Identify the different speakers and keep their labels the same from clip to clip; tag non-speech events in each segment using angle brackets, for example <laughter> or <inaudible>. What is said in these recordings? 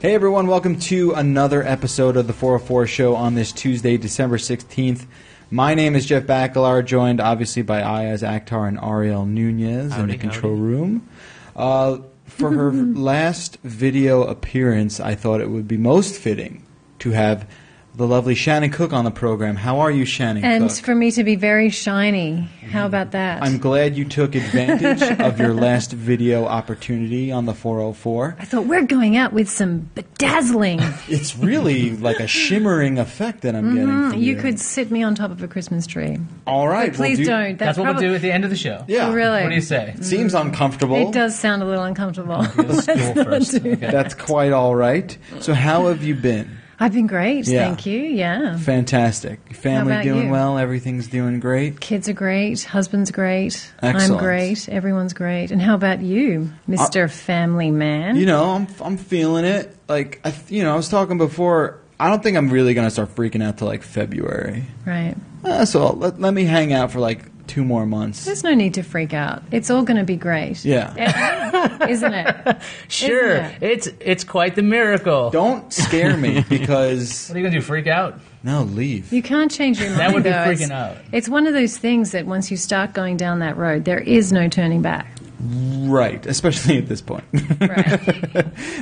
Speaker 1: Hey everyone, welcome to another episode of the 404 Show on this Tuesday, December 16th. My name is Jeff Bacalar, joined obviously by Ayaz Akhtar and Ariel Nunez in the
Speaker 2: Howdy,
Speaker 1: control
Speaker 2: howdy.
Speaker 1: room. Uh, for
Speaker 3: <laughs>
Speaker 1: her last video appearance, I thought it would be most fitting to have the lovely Shannon Cook on the program. How are you, Shannon
Speaker 3: And
Speaker 1: Cook?
Speaker 3: for me to be very shiny. How about that?
Speaker 1: Mm. I'm glad you took
Speaker 3: <laughs>
Speaker 1: advantage of your last video opportunity on the 404.
Speaker 3: I thought we're going out with some
Speaker 1: <laughs>
Speaker 3: bedazzling.
Speaker 1: It's really like a shimmering effect that I'm getting.
Speaker 3: Mm,
Speaker 1: from
Speaker 3: you could sit me on top of a Christmas tree.
Speaker 1: All right.
Speaker 3: But please
Speaker 1: we'll do-
Speaker 3: don't.
Speaker 2: That's, what
Speaker 3: probab-
Speaker 2: we'll do at the end of the show.
Speaker 1: Yeah.
Speaker 3: Really? Mm.
Speaker 2: What do you say?
Speaker 1: Seems uncomfortable.
Speaker 3: It does sound a little uncomfortable.
Speaker 2: Let's go first. Okay.
Speaker 1: That's quite all right. So, how have you been?
Speaker 3: <laughs> I've been great,
Speaker 1: Yeah.
Speaker 3: thank you. Yeah.
Speaker 1: Fantastic. Your Family
Speaker 3: about
Speaker 1: doing
Speaker 3: you?
Speaker 1: well. Everything's doing great.
Speaker 3: Kids are great, husband's great,
Speaker 1: Excellent.
Speaker 3: I'm great, everyone's great. And how about you, Mr. Family Man?
Speaker 1: You know, I'm I'm feeling it. Like I, th- you know, I was talking before. I don't think I'm really gonna start freaking out till like February.
Speaker 3: right.
Speaker 1: Uh, so let, let me hang out for like two more months.
Speaker 3: There's no need to freak out. It's all going to be great. <laughs>
Speaker 1: Yeah. <laughs>
Speaker 3: Isn't it?
Speaker 2: Sure.
Speaker 3: Isn't
Speaker 2: It's it's quite the miracle.
Speaker 1: Don't scare me because
Speaker 2: What are you gonna do? Freak out?
Speaker 1: no, leave.
Speaker 3: You can't change
Speaker 2: <laughs>
Speaker 3: your mind.
Speaker 2: would be
Speaker 3: though.
Speaker 2: freaking
Speaker 3: It's-
Speaker 2: out.
Speaker 3: It's one of those things that once you start going down that road, there is no
Speaker 2: <laughs>
Speaker 3: turning back.
Speaker 1: Right, especially at this point. <laughs>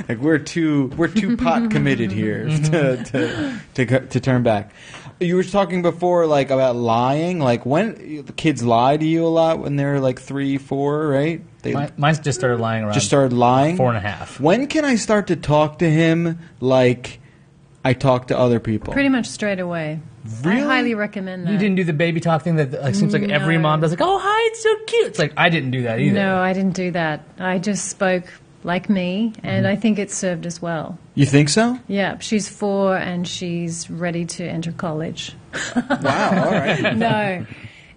Speaker 1: like we're too we're too <laughs> pot committed here to, to to go- to turn back. You were talking before like about lying. Like when the kids lie to you a lot when they're like three, four, right? They
Speaker 2: Mi- Mine's just started lying around.
Speaker 1: just started lying.
Speaker 2: Four and a half.
Speaker 1: When can I start to talk to him like I talk to other people?
Speaker 3: Pretty much straight away.
Speaker 1: Really?
Speaker 3: I highly recommend that.
Speaker 2: You didn't do the baby talk thing that like, seems like every
Speaker 3: No.
Speaker 2: mom does. Like, oh hi, it's so cute. It's like I didn't do that either.
Speaker 3: No, I didn't do that. I just spoke like me, and
Speaker 2: Mm-hmm.
Speaker 3: I think it served as well.
Speaker 1: you think so?
Speaker 3: Yeah, she's four and she's ready to enter college.
Speaker 1: <laughs> Wow. All right. <laughs>
Speaker 3: no.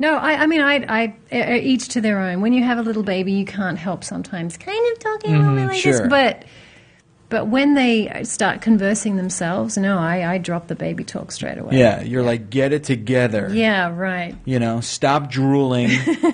Speaker 3: No, I, I mean, I, I, uh, each to their own. When you have a little baby, you can't help sometimes kind of talking a little bit like
Speaker 1: Mm-hmm, sure.
Speaker 3: this. But, but when they start conversing themselves, no, I, I drop the baby talk straight away.
Speaker 1: Yeah, you're like get it together.
Speaker 3: Yeah, right.
Speaker 1: You know, stop <laughs> drooling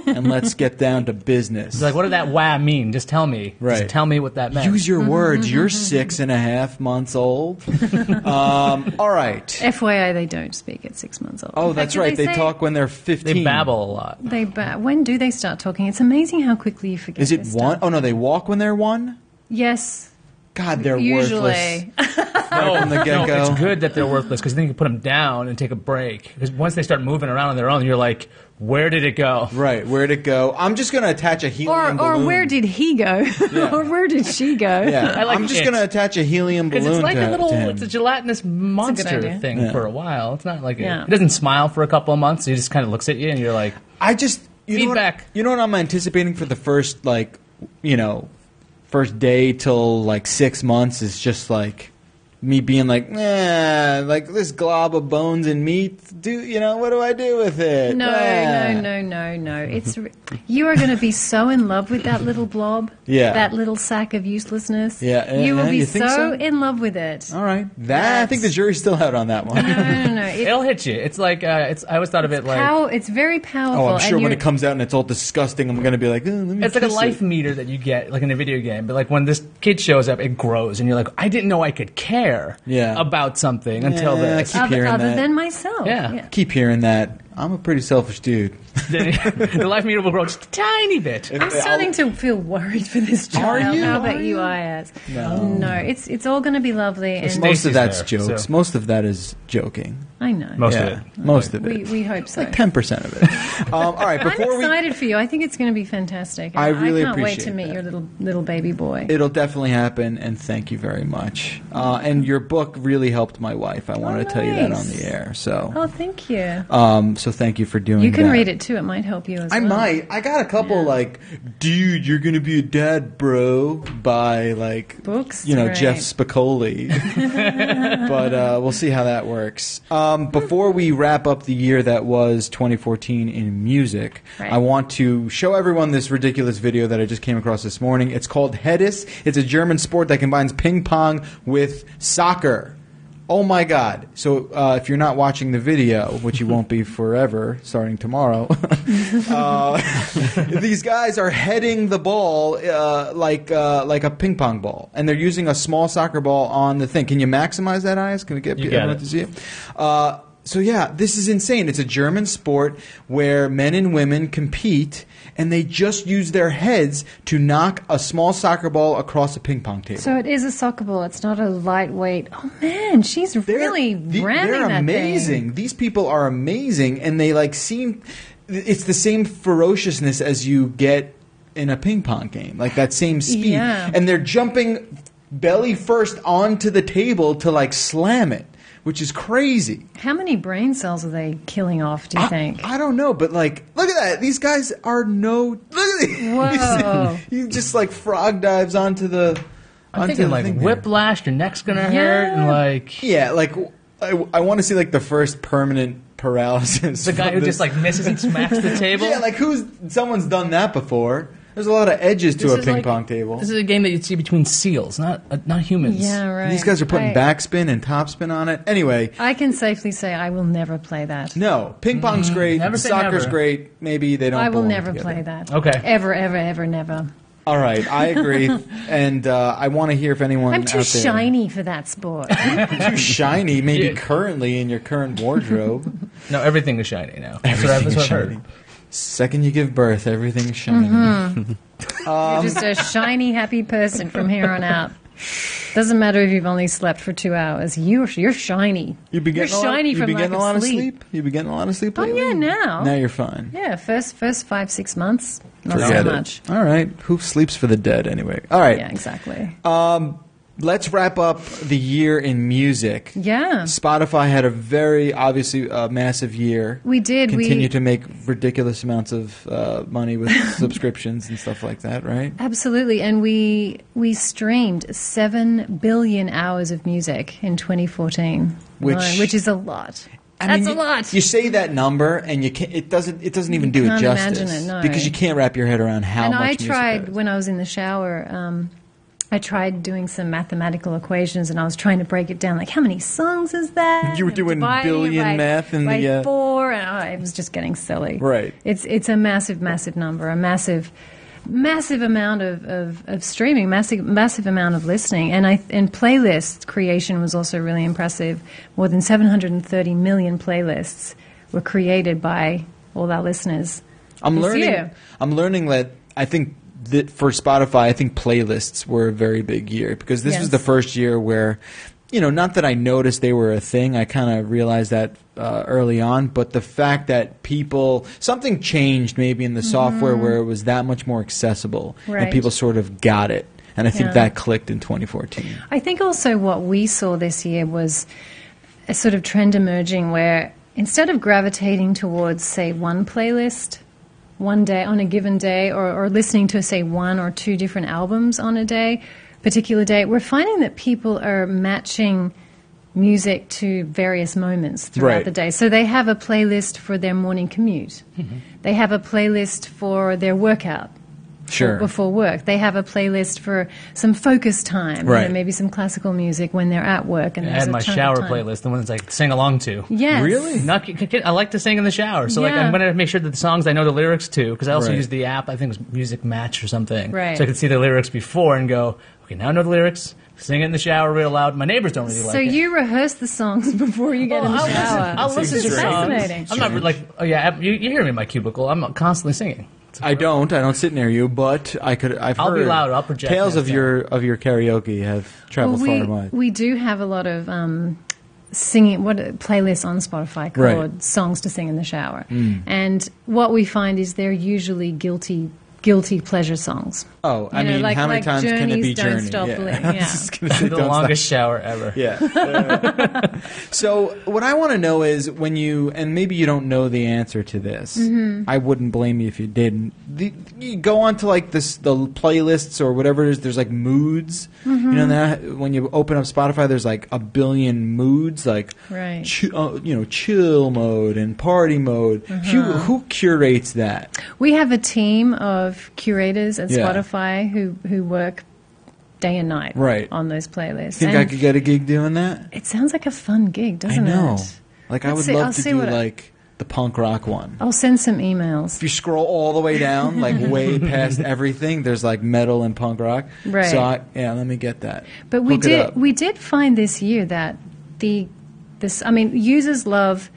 Speaker 1: and let's get down to business.
Speaker 2: It's like, what did that wow mean? Just tell me.
Speaker 1: Right.
Speaker 2: Just tell me what that meant.
Speaker 1: Use your
Speaker 2: <laughs>
Speaker 1: words. You're six and a half months old.
Speaker 2: <laughs>
Speaker 1: um, all right.
Speaker 3: FYI, they don't speak at six months old.
Speaker 1: Oh,
Speaker 3: In
Speaker 1: that's
Speaker 3: fact,
Speaker 1: right. They
Speaker 3: say-
Speaker 1: talk when they're 15.
Speaker 2: they babble a lot.
Speaker 3: They ba- when do they start talking? It's amazing how quickly you forget.
Speaker 1: Is it
Speaker 3: this
Speaker 1: one?
Speaker 3: stuff.
Speaker 1: Oh, no, they walk when they're one?
Speaker 3: Yes,
Speaker 1: God, they're worthless.
Speaker 3: usually.
Speaker 1: Right from the get
Speaker 2: No,
Speaker 1: go.
Speaker 2: it's good that they're worthless because then you can put them down and take a break. Because once they start moving around on their own, you're like, where did it go?
Speaker 1: Right, where'd it go? I'm just going to attach a helium
Speaker 3: Or, or
Speaker 1: balloon.
Speaker 3: where did he go? <laughs> or where did she
Speaker 1: <laughs>
Speaker 3: go?
Speaker 1: Yeah,
Speaker 2: I like
Speaker 1: I'm just
Speaker 2: it.
Speaker 1: going to attach a helium
Speaker 2: Because
Speaker 1: balloon
Speaker 2: it's like
Speaker 1: to,
Speaker 2: a little,
Speaker 1: to him.
Speaker 2: it's a gelatinous monster
Speaker 3: idea.
Speaker 2: thing for a while. It's not like a-
Speaker 3: Yeah.
Speaker 2: it doesn't smile for a couple of months. It just kind of looks at you and you're like,
Speaker 1: I just you Know
Speaker 2: Feedback.
Speaker 1: what, you know what I'm anticipating for the first like you know first day till like six months is just like me being like nah like this glob of bones and meat do you know what do I do with <laughs> it
Speaker 3: No,
Speaker 1: Nah."
Speaker 3: no, no, no, no. It's r- you are going to be so in love with that little blob.
Speaker 1: Yeah.
Speaker 3: That little sack of uselessness.
Speaker 1: Yeah, eh,
Speaker 3: you will
Speaker 1: eh,
Speaker 3: be
Speaker 1: you think
Speaker 3: so,
Speaker 1: so? Oh.
Speaker 3: in love with it.
Speaker 1: all right that I think the jury's still out on that one
Speaker 3: No, no, no. It,
Speaker 2: it'll hit you. It's like, uh, it's. I always thought of it like,
Speaker 3: pow- it's very powerful.
Speaker 1: <laughs> oh I'm sure
Speaker 3: and
Speaker 1: when
Speaker 3: you're-
Speaker 1: it comes out and it's all disgusting I'm gonna be like "Eh, let me
Speaker 2: it's like a
Speaker 1: kiss it."
Speaker 2: life meter that you get like in a video game. But like when this kid shows up, it grows and you're like, I didn't know I could care
Speaker 1: Yeah.
Speaker 2: about something until
Speaker 1: Yeah, <laughs>
Speaker 2: this.
Speaker 1: keep
Speaker 3: other,
Speaker 1: hearing
Speaker 3: other
Speaker 1: that.
Speaker 3: than myself.
Speaker 2: Yeah.
Speaker 1: keep hearing that I'm a pretty selfish dude
Speaker 2: the life meter will grow just a tiny bit.
Speaker 3: I'm starting to feel worried for this
Speaker 1: Are
Speaker 3: child.
Speaker 1: you?
Speaker 3: How
Speaker 1: Are
Speaker 3: about you,
Speaker 1: you?
Speaker 3: Ayaz? No, it's it's all going to be lovely. And
Speaker 1: most of
Speaker 2: Stacy's
Speaker 1: that's
Speaker 2: there,
Speaker 1: jokes
Speaker 2: so-
Speaker 1: most of that is joking
Speaker 3: I know.
Speaker 2: Most of
Speaker 1: yeah
Speaker 2: it.
Speaker 1: most of it
Speaker 3: we we hope so.
Speaker 1: Ten percent of it. <laughs> Um, all right,
Speaker 3: <laughs> I'm
Speaker 1: before we,
Speaker 3: excited for you. I think it's going to be fantastic.
Speaker 1: I really
Speaker 3: can't wait to
Speaker 1: appreciate
Speaker 3: meet
Speaker 1: that.
Speaker 3: your little little baby boy.
Speaker 1: it'll definitely happen. And thank you very much. Uh, and your book really helped my wife. I wanted to tell you that on
Speaker 3: nice.
Speaker 1: the air. So,
Speaker 3: Oh, thank you.
Speaker 1: um, so thank you for doing.
Speaker 3: You can
Speaker 1: that.
Speaker 3: read it too. It might help you as
Speaker 1: I
Speaker 3: well.
Speaker 1: might. I got a couple like, dude, you're gonna be a dad, bro, by like
Speaker 3: Books,
Speaker 1: you know,
Speaker 3: right.
Speaker 1: Jeff
Speaker 3: <laughs>
Speaker 1: Spicoli. but uh, we'll see how that works. Um, before we wrap up the year that was 2014 in music,
Speaker 3: Right.
Speaker 1: I want to show everyone this ridiculous video that I just came across this morning. It's called Hedis. It's a German sport that combines ping pong with soccer. Oh my God! So uh, if you're not watching the video, which you won't be forever, starting tomorrow, uh, these guys are heading the ball uh, like uh, like a ping pong ball, and they're using a small soccer ball on the thing. Can you maximize that, eyes? Can we get
Speaker 2: You got
Speaker 1: everyone
Speaker 2: it.
Speaker 1: to see it? Uh, so yeah, this is insane. It's a German sport where men and women compete, and they just use their heads to knock a small soccer ball across a ping pong table.
Speaker 3: So it is a soccer ball. It's not a lightweight. Oh man, she's
Speaker 1: They're-
Speaker 3: really
Speaker 1: the-
Speaker 3: ramming
Speaker 1: They're
Speaker 3: that
Speaker 1: amazing.
Speaker 3: thing.
Speaker 1: These people are amazing, and they like seem. It's the same ferociousness as you get in a ping pong game, like that same speed,
Speaker 3: Yeah.
Speaker 1: and they're jumping belly first onto the table to like slam it, which is crazy.
Speaker 3: How many brain cells are they killing off? Do you
Speaker 1: I,
Speaker 3: think?
Speaker 1: I don't know, but like, look at that. These guys are no. Look at these. <laughs>
Speaker 3: Whoa.
Speaker 1: he just like frog dives onto the.
Speaker 2: I'm
Speaker 1: onto
Speaker 2: thinking
Speaker 1: the
Speaker 2: like
Speaker 1: thing there.
Speaker 2: whiplash, your neck's gonna hurt, and
Speaker 3: Yeah.
Speaker 2: like
Speaker 1: Yeah, like I, I want to see like the first permanent paralysis.
Speaker 2: the guy
Speaker 1: from
Speaker 2: who
Speaker 1: this.
Speaker 2: just like misses and smacks
Speaker 1: <laughs>
Speaker 2: the table.
Speaker 1: yeah, like who's someone's done that before. There's a lot of edges to
Speaker 2: This
Speaker 1: a
Speaker 2: is
Speaker 1: ping
Speaker 2: like-
Speaker 1: pong table.
Speaker 2: This is a game that you'd see between seals, not uh, not humans.
Speaker 3: yeah, right.
Speaker 1: These guys are putting
Speaker 3: I-
Speaker 1: backspin and topspin on it. Anyway,
Speaker 3: I can safely say I will never play that.
Speaker 1: no, ping pong's great.
Speaker 2: Mm-hmm. never say
Speaker 1: soccer's
Speaker 2: never.
Speaker 1: great. Maybe they don't.
Speaker 3: I will
Speaker 1: belong
Speaker 3: never
Speaker 1: together.
Speaker 3: play that.
Speaker 2: Okay.
Speaker 3: Ever, ever, ever, never.
Speaker 1: All right, I
Speaker 3: <laughs>
Speaker 1: agree, and uh, I want to hear if anyone.
Speaker 3: I'm too
Speaker 1: out there-
Speaker 3: shiny for that sport. <laughs>
Speaker 1: Too shiny, maybe
Speaker 2: Yeah.
Speaker 1: currently in your current wardrobe.
Speaker 2: <laughs> No, everything is shiny now. That's what I- that's what I've heard.
Speaker 1: Second you give birth, everything is shiny.
Speaker 3: Mm-hmm.
Speaker 1: Um,
Speaker 3: You're just a shiny, happy person from here on out. Doesn't matter if you've only slept for two hours. You're you're shiny.
Speaker 1: You be
Speaker 3: you're
Speaker 1: getting a lot,
Speaker 3: shiny
Speaker 1: you
Speaker 3: from
Speaker 1: be
Speaker 3: lack
Speaker 1: getting a lot
Speaker 3: of
Speaker 1: of
Speaker 3: sleep.
Speaker 1: sleep. You be getting a lot of sleep.
Speaker 3: Oh,
Speaker 1: lately?
Speaker 3: yeah, now.
Speaker 1: Now you're fine.
Speaker 3: Yeah, first first five six months, not
Speaker 1: Forget
Speaker 3: so
Speaker 1: it.
Speaker 3: much.
Speaker 1: All right. Who sleeps for the dead anyway? All right.
Speaker 3: Yeah, exactly.
Speaker 1: Um, let's wrap up the year in music.
Speaker 3: yeah,
Speaker 1: Spotify had a very obviously uh, massive year.
Speaker 3: we did.
Speaker 1: continue
Speaker 3: we
Speaker 1: to make ridiculous amounts of uh, money
Speaker 3: <laughs>
Speaker 1: with subscriptions and stuff like that, right?
Speaker 3: absolutely, and we we streamed seven billion hours of music in 2014,
Speaker 1: Which-
Speaker 3: alone, which is a lot.
Speaker 1: I
Speaker 3: That's
Speaker 1: mean,
Speaker 3: a
Speaker 1: you-
Speaker 3: lot.
Speaker 1: You say that number, and you can't. It doesn't. It doesn't even do
Speaker 3: can't
Speaker 1: it justice
Speaker 3: imagine it, no.
Speaker 1: because you can't wrap your head around how
Speaker 3: and
Speaker 1: much.
Speaker 3: I
Speaker 1: music that
Speaker 3: tried
Speaker 1: is.
Speaker 3: when I was in the shower. Um, I tried doing some mathematical equations, and I was trying to break it down. Like, how many songs is that?
Speaker 1: You were
Speaker 3: And
Speaker 1: doing
Speaker 3: dividing it
Speaker 1: billion
Speaker 3: by-
Speaker 1: math in
Speaker 3: by
Speaker 1: the, uh,
Speaker 3: four, and I- it was just getting silly.
Speaker 1: Right.
Speaker 3: It's it's a massive, massive number, a massive, massive amount of, of, of streaming, massive massive amount of listening, and I and playlist creation was also really impressive. More than 730 million playlists were created by all our listeners.
Speaker 1: I'm
Speaker 3: this
Speaker 1: learning.
Speaker 3: year.
Speaker 1: I'm learning that I think that for Spotify, I think playlists were a very big year because this was
Speaker 3: Yes.
Speaker 1: the first year where, you know, not that I noticed they were a thing. I kind of realized that uh, early on, but the fact that people something changed maybe in the software where it was that much more accessible and
Speaker 3: Mm-hmm. Right.
Speaker 1: people sort of got it, and I think
Speaker 3: Yeah.
Speaker 1: that clicked in 2014.
Speaker 3: I think also what we saw this year was a sort of trend emerging where instead of gravitating towards, say, one playlist one day on a given day or, or listening to, say, one or two different albums on a day, particular day, we're finding that people are matching music to various moments throughout
Speaker 1: Right.
Speaker 3: the day. So they have a playlist for their morning commute. They have a playlist for their workout
Speaker 1: Sure.
Speaker 3: before work. They have a playlist for some focus time, you know,
Speaker 1: Right.
Speaker 3: maybe some classical music when they're at work. And
Speaker 2: I
Speaker 3: there's
Speaker 2: had
Speaker 3: a
Speaker 2: my
Speaker 3: ton of
Speaker 2: shower
Speaker 3: time.
Speaker 2: playlist, the ones I could sing along to.
Speaker 3: Yes.
Speaker 1: Really?
Speaker 2: Not, c- c- I like to sing in the shower, so like
Speaker 3: Yeah.
Speaker 2: I'm gonna make sure that the songs I know the lyrics to, because I also
Speaker 1: Right.
Speaker 2: use the app. I think it was Music Match or something,
Speaker 3: Right.
Speaker 2: So I could see the lyrics before and go, okay, now I know the lyrics. Sing it in the shower real loud. My neighbors don't really
Speaker 3: So
Speaker 2: like it.
Speaker 3: you rehearse the songs <laughs> before you get
Speaker 2: Well,
Speaker 3: in the
Speaker 2: I'll listen,
Speaker 3: shower.
Speaker 2: I'll listen
Speaker 3: this
Speaker 2: to
Speaker 3: is
Speaker 2: songs.
Speaker 3: fascinating.
Speaker 2: I'm not like, oh yeah, you, you hear me in my cubicle. I'm not constantly singing.
Speaker 1: I don't. I don't sit near you, but I could. I've
Speaker 2: I'll be
Speaker 1: heard
Speaker 2: loud, I'll project
Speaker 1: tales of
Speaker 2: next
Speaker 1: your of your karaoke have
Speaker 3: Well,
Speaker 1: traveled far
Speaker 3: we,
Speaker 1: and wide.
Speaker 3: we do have a lot of um, singing, what playlists on Spotify called
Speaker 1: Right. Hmm.
Speaker 3: Songs to Sing in the Shower. And what we find is they're usually guilty. Guilty pleasure songs.
Speaker 1: Oh, I
Speaker 3: You know,
Speaker 1: mean,
Speaker 3: like-
Speaker 1: how many
Speaker 3: like
Speaker 1: times can it
Speaker 3: Journey's
Speaker 1: be
Speaker 3: Don't
Speaker 1: Journey?
Speaker 3: Stop
Speaker 1: yeah. <laughs>
Speaker 3: Believing,
Speaker 1: I was
Speaker 3: yeah.
Speaker 1: just gonna say <laughs>
Speaker 2: the
Speaker 1: Don't Stop-
Speaker 2: longest shower ever.
Speaker 1: Yeah.
Speaker 3: <laughs>
Speaker 1: so what I want to know is when you and maybe you don't know the answer to this.
Speaker 3: Mm-hmm.
Speaker 1: I wouldn't blame you if you didn't. The, you go on to like this the playlists or whatever it is. There's like moods. You
Speaker 3: Mm-hmm.
Speaker 1: know that when you open up Spotify, there's like a billion moods. Like
Speaker 3: Right.
Speaker 1: chi- uh, you know, chill mode and party mode. Who,
Speaker 3: Mm-hmm.
Speaker 1: who curates that?
Speaker 3: We have a team of curators at
Speaker 1: Yeah.
Speaker 3: Spotify who, who work day and night
Speaker 1: Right.
Speaker 3: on those playlists.
Speaker 1: Think
Speaker 3: And
Speaker 1: I could get a gig doing that?
Speaker 3: it sounds like a fun gig, doesn't
Speaker 1: I know.
Speaker 3: it?
Speaker 1: Like I
Speaker 3: Let's
Speaker 1: would
Speaker 3: see-
Speaker 1: love
Speaker 3: I'll
Speaker 1: to
Speaker 3: see
Speaker 1: do
Speaker 3: what I-
Speaker 1: like the punk rock one.
Speaker 3: I'll send some emails.
Speaker 1: If you scroll all the way down, <laughs> like way past everything, there's like metal and punk rock.
Speaker 3: Right.
Speaker 1: So I, yeah, let me get that.
Speaker 3: But we
Speaker 1: Hook it
Speaker 3: did
Speaker 1: up.
Speaker 3: we did find this year that the this I mean users love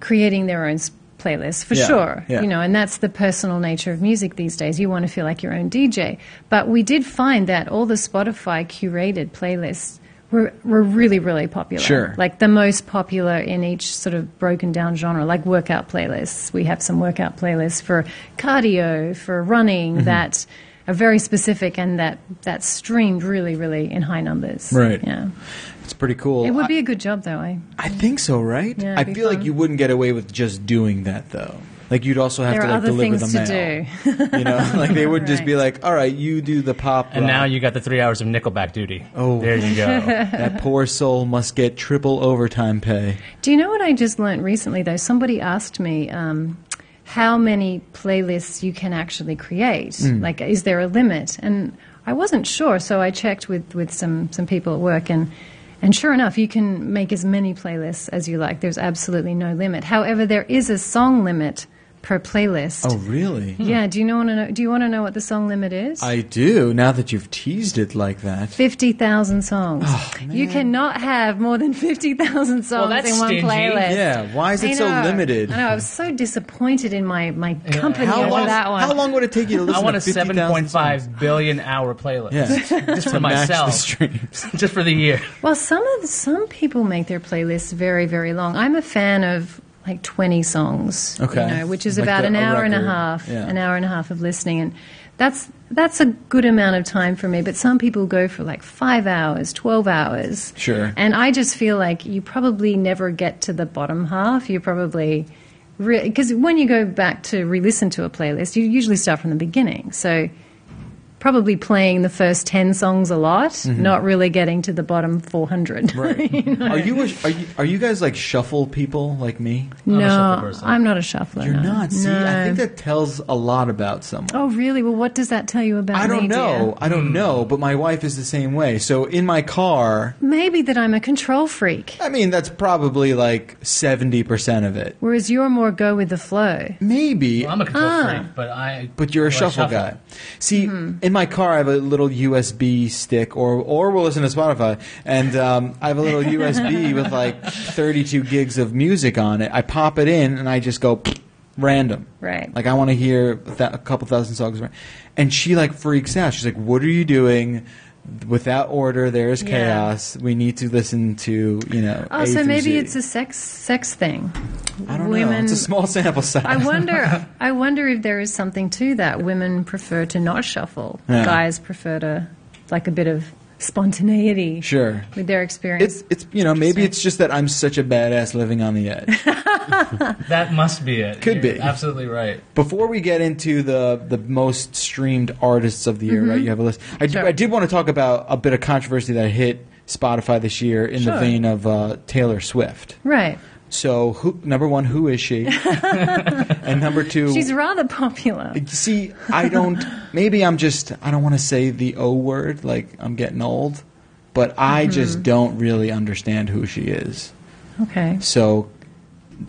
Speaker 3: creating their own s- playlists for
Speaker 1: Yeah,
Speaker 3: sure
Speaker 1: yeah.
Speaker 3: you know and that's the personal nature of music these days you want to feel like your own DJ but we did find that all the Spotify curated playlists were were really really popular
Speaker 1: Sure.
Speaker 3: like the most popular in each sort of broken down genre like workout playlists we have some workout playlists for cardio for running
Speaker 1: Mm-hmm.
Speaker 3: that are very specific and that that streamed really really in high numbers
Speaker 1: Right.
Speaker 3: yeah
Speaker 1: It's pretty cool.
Speaker 3: it would be a good job though eh?
Speaker 1: I think so, right?
Speaker 3: Yeah,
Speaker 1: I
Speaker 3: it'd be
Speaker 1: feel like
Speaker 3: fun.
Speaker 1: you wouldn't get away with just doing that though. Like you'd also have
Speaker 3: There
Speaker 1: to
Speaker 3: are
Speaker 1: like
Speaker 3: other
Speaker 1: deliver
Speaker 3: things
Speaker 1: the
Speaker 3: to
Speaker 1: mail. <laughs> you
Speaker 3: <laughs>
Speaker 1: know, like they would just be like, "All right, you do the pop."
Speaker 2: And
Speaker 1: rock.
Speaker 2: now you got the three hours of Nickelback duty.
Speaker 1: Oh.
Speaker 2: there you
Speaker 3: <laughs>
Speaker 2: go.
Speaker 1: that poor soul must get triple overtime pay.
Speaker 3: do you know what i just learned recently though somebody asked me um, how many playlists you can actually create
Speaker 1: Hmm.
Speaker 3: like is there a limit and i wasn't sure so i checked with, with some, some people at work and and sure enough you can make as many playlists as you like there's absolutely no limit however there is a song limit per playlist
Speaker 1: Oh, really?
Speaker 3: yeah do you know, want to know do you want to know what the song limit is
Speaker 1: I do. Now that you've teased it like that,
Speaker 3: 50,000 songs.
Speaker 1: Oh,
Speaker 3: you cannot have more than 50,000 songs
Speaker 2: that's
Speaker 3: in one
Speaker 2: stingy.
Speaker 3: playlist.
Speaker 1: yeah. Why is it
Speaker 3: I
Speaker 1: so
Speaker 3: know.
Speaker 1: limited?
Speaker 3: I know. I was so disappointed in my, my company
Speaker 1: How
Speaker 3: over
Speaker 1: long?
Speaker 3: that one.
Speaker 1: How long would it take you to listen
Speaker 2: I want
Speaker 1: to
Speaker 2: a
Speaker 1: 50,000 songs?
Speaker 2: 7.5 billion hour playlist. <laughs>
Speaker 1: Yeah.
Speaker 2: just for
Speaker 1: To match the
Speaker 2: myself.
Speaker 3: <laughs>
Speaker 1: streams.
Speaker 2: just for the year.
Speaker 1: <laughs>
Speaker 3: Well, some of some people make their playlists very very long. I'm a fan of like 20 songs,
Speaker 1: Okay.
Speaker 3: you know, which is
Speaker 1: Like
Speaker 3: about
Speaker 1: the-
Speaker 3: an
Speaker 1: a
Speaker 3: hour and a
Speaker 1: record,
Speaker 3: half,
Speaker 1: yeah.
Speaker 3: an hour and a half of listening, and that's that's a good amount of time for me. But some people go for like five hours, 12 hours,
Speaker 1: Sure.
Speaker 3: And I just feel like you probably never get to the bottom half. You probably because when you go back to re-listen to a playlist, you usually start from the beginning, so probably playing the first 10 songs a lot, not really getting to the bottom 400.
Speaker 1: Mm-hmm.
Speaker 3: <laughs>
Speaker 1: Right. Are you, a, are you are you guys like shuffle people like me?
Speaker 2: I'm a shuffle
Speaker 3: no,
Speaker 2: person.
Speaker 3: I'm not a shuffler.
Speaker 1: You're
Speaker 3: no.
Speaker 1: not. See, I
Speaker 3: No.
Speaker 1: think that tells a lot about someone.
Speaker 3: Oh, really? Well, what does that tell you about
Speaker 1: I don't
Speaker 3: me,
Speaker 1: know.
Speaker 3: dear?
Speaker 1: I
Speaker 2: Hmm.
Speaker 1: don't know. But my wife is the same way. So in my car,
Speaker 3: Maybe that I'm a control freak,
Speaker 1: I mean, that's probably like seventy percent of it.
Speaker 3: whereas you're more go with the flow.
Speaker 1: Maybe.
Speaker 2: Well, I'm a control
Speaker 3: Ah.
Speaker 2: freak, but I.
Speaker 1: but you're a
Speaker 2: well, I
Speaker 1: shuffle, guy. See,
Speaker 3: Mm-hmm.
Speaker 1: in my car, I have a little USB stick, or or we'll listen to Spotify, and um, I have a little
Speaker 3: <laughs>
Speaker 1: USB with like 32 gigs of music on it. I pop it in, and I just go random.
Speaker 3: Right.
Speaker 1: Like I want to hear a, th- a couple thousand songs, and she like freaks out. She's like, "What are you doing?" Without order, there is
Speaker 3: Yeah.
Speaker 1: chaos. We need to listen to you know.
Speaker 3: Oh,
Speaker 1: A
Speaker 3: so
Speaker 1: through
Speaker 3: maybe
Speaker 1: Z.
Speaker 3: it's a sex sex thing.
Speaker 1: I don't know.
Speaker 3: women-
Speaker 1: It's a small sample size.
Speaker 3: I wonder. I wonder if there is something to that. Women prefer to not shuffle.
Speaker 1: Yeah.
Speaker 3: Guys prefer to like a bit of spontaneity.
Speaker 1: <laughs> Sure.
Speaker 3: With their experience.
Speaker 1: It's it's you know maybe it's just that I'm such a badass living on the edge.
Speaker 3: <laughs>
Speaker 2: That must be it.
Speaker 1: Could
Speaker 2: You're
Speaker 1: be.
Speaker 2: Absolutely right.
Speaker 1: Before we get into the the most streamed artists of the year, right? You have a list. I, do,
Speaker 3: Mm-hmm. Sure.
Speaker 1: I did want to talk about a bit of controversy that hit Spotify this year in the
Speaker 3: Sure.
Speaker 1: vein of uh, Taylor Swift.
Speaker 3: right.
Speaker 1: So, who, number one, who is
Speaker 3: <laughs>
Speaker 1: she? and number two,
Speaker 3: She's rather popular.
Speaker 1: see, I don't. Maybe I'm just. I don't want to say the O word. Like I'm getting old, but I
Speaker 3: Mm-hmm.
Speaker 1: just don't really understand who she is.
Speaker 3: Okay.
Speaker 1: So,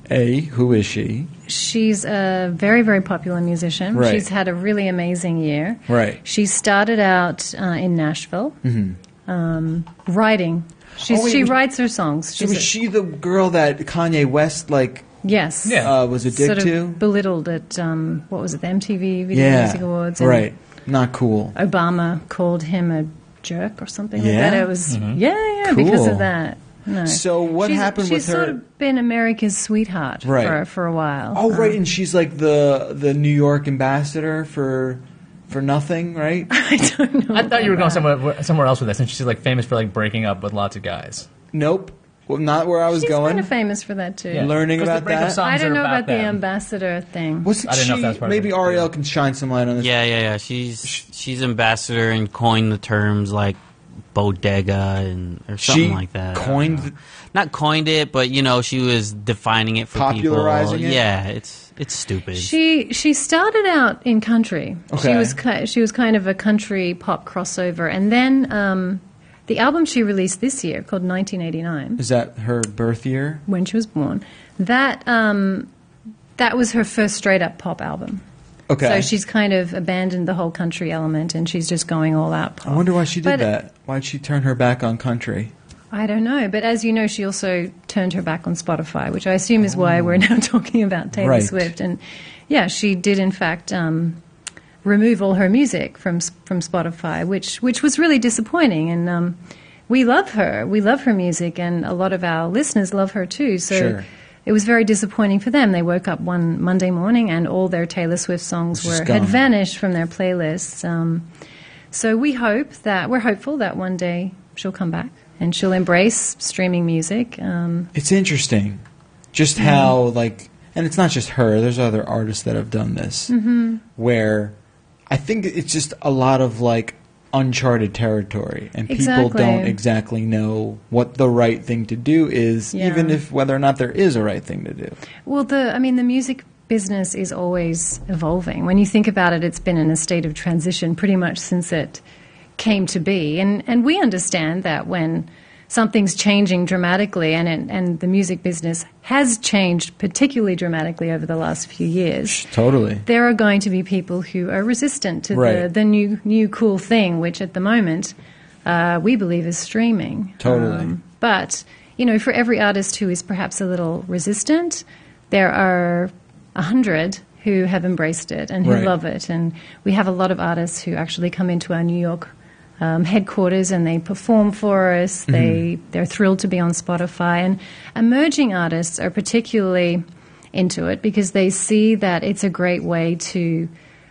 Speaker 1: a who is she?
Speaker 3: She's a very, very popular musician.
Speaker 1: Right.
Speaker 3: She's had a really amazing year.
Speaker 1: Right.
Speaker 3: She started out uh, in Nashville um, writing. She's,
Speaker 1: Mm-hmm. Oh, wait,
Speaker 3: she
Speaker 1: was-
Speaker 3: writes her songs.
Speaker 1: So
Speaker 3: She's
Speaker 1: was
Speaker 3: a-
Speaker 1: she the girl that Kanye West like
Speaker 3: yes.
Speaker 2: Yeah.
Speaker 1: uh, was a dick
Speaker 3: sort of
Speaker 1: to?
Speaker 3: belittled at, um, what was it, the MTV Video
Speaker 1: Yeah,
Speaker 3: Music Awards. and
Speaker 1: right. Not cool.
Speaker 3: Obama called him a jerk or something like
Speaker 1: Yeah? Mm-hmm.
Speaker 3: that. It was, yeah, yeah, because
Speaker 1: Cool.
Speaker 3: of that. No.
Speaker 1: So what
Speaker 3: she's,
Speaker 1: happened with
Speaker 3: she's sort
Speaker 1: her-
Speaker 3: of been America's sweetheart
Speaker 1: Right.
Speaker 3: for, for a while. Um,
Speaker 1: Oh right, and she's like the the New York ambassador for for nothing,
Speaker 3: <laughs>
Speaker 1: right?
Speaker 3: I don't know.
Speaker 2: I thought you were going somewhere somewhere else with this, and she's like famous for like breaking up with lots of guys.
Speaker 1: nope, well, not where I was
Speaker 3: She's
Speaker 1: going.
Speaker 3: kind of famous for that too.
Speaker 1: Learning
Speaker 2: Because the
Speaker 1: about
Speaker 2: breakup
Speaker 1: that?
Speaker 2: songs
Speaker 3: I don't
Speaker 2: are
Speaker 3: know about, the
Speaker 2: them.
Speaker 3: ambassador thing.
Speaker 1: Wasn't
Speaker 2: I didn't know if
Speaker 1: she?
Speaker 2: that was part of
Speaker 1: maybe
Speaker 2: it.
Speaker 1: Ariel can shine some light on this.
Speaker 4: Yeah, yeah, yeah. She's she's ambassador and coined the terms like bodega and or something
Speaker 1: She
Speaker 4: like that. I don't
Speaker 1: coined
Speaker 4: know.
Speaker 1: th-
Speaker 4: not coined it, but you know she was defining it for
Speaker 1: Popularizing
Speaker 4: people.
Speaker 1: it?
Speaker 4: Yeah, it's it's stupid.
Speaker 3: She she started out in country.
Speaker 1: Okay.
Speaker 3: She was ki- she was kind of a country pop crossover, and then um, the album she released this year called 1989,
Speaker 1: Is that her birth year?
Speaker 3: when she was born, that um, that was her first straight up pop album.
Speaker 1: Okay.
Speaker 3: So she's kind of abandoned the whole country element, and she's just going all out.
Speaker 1: I wonder why she did
Speaker 3: But-
Speaker 1: that. Why'd she turn her back on country?
Speaker 3: I don't know, but as you know, she also turned her back on Spotify, which I assume is why we're now <laughs> talking about Taylor
Speaker 1: Right.
Speaker 3: Swift. And yeah, she did in fact um, remove all her music from from Spotify, which which was really disappointing. And um, we love her, we love her music, and a lot of our listeners love her too. So.
Speaker 1: Sure.
Speaker 3: It was very disappointing for them. They woke up one Monday morning and all their Taylor Swift songs
Speaker 1: Just
Speaker 3: were
Speaker 1: gone.
Speaker 3: had vanished from their playlists. Um, so we hope that we're hopeful that one day she'll come back and she'll embrace streaming music. Um,
Speaker 1: It's interesting, just
Speaker 3: Mm-hmm.
Speaker 1: how like, and it's not just her. There's other artists that have done this, mm-hmm. where I think it's just a lot of like uncharted territory, and people
Speaker 3: Exactly.
Speaker 1: don't exactly know what the right thing to do is,
Speaker 3: Yeah.
Speaker 1: even if whether or not there is a right thing to do.
Speaker 3: well, the I mean, the music business is always evolving. When you think about it, it's been in a state of transition pretty much since it came to be, and and we understand that when something's changing dramatically, and it, and the music business has changed particularly dramatically over the last few years.
Speaker 1: Totally.
Speaker 3: there are going to be people who are resistant to the,
Speaker 1: Right.
Speaker 3: the new new cool thing, which at the moment uh, we believe is streaming. Um,
Speaker 1: Totally.
Speaker 3: but you know, for every artist who is perhaps a little resistant, there are a hundred who have embraced it and who
Speaker 1: Right.
Speaker 3: love it, and we have a lot of artists who actually come into our New York. Um, headquarters and they perform for us. They they're thrilled to be on Spotify and emerging artists are particularly into it because they see that it's a great way to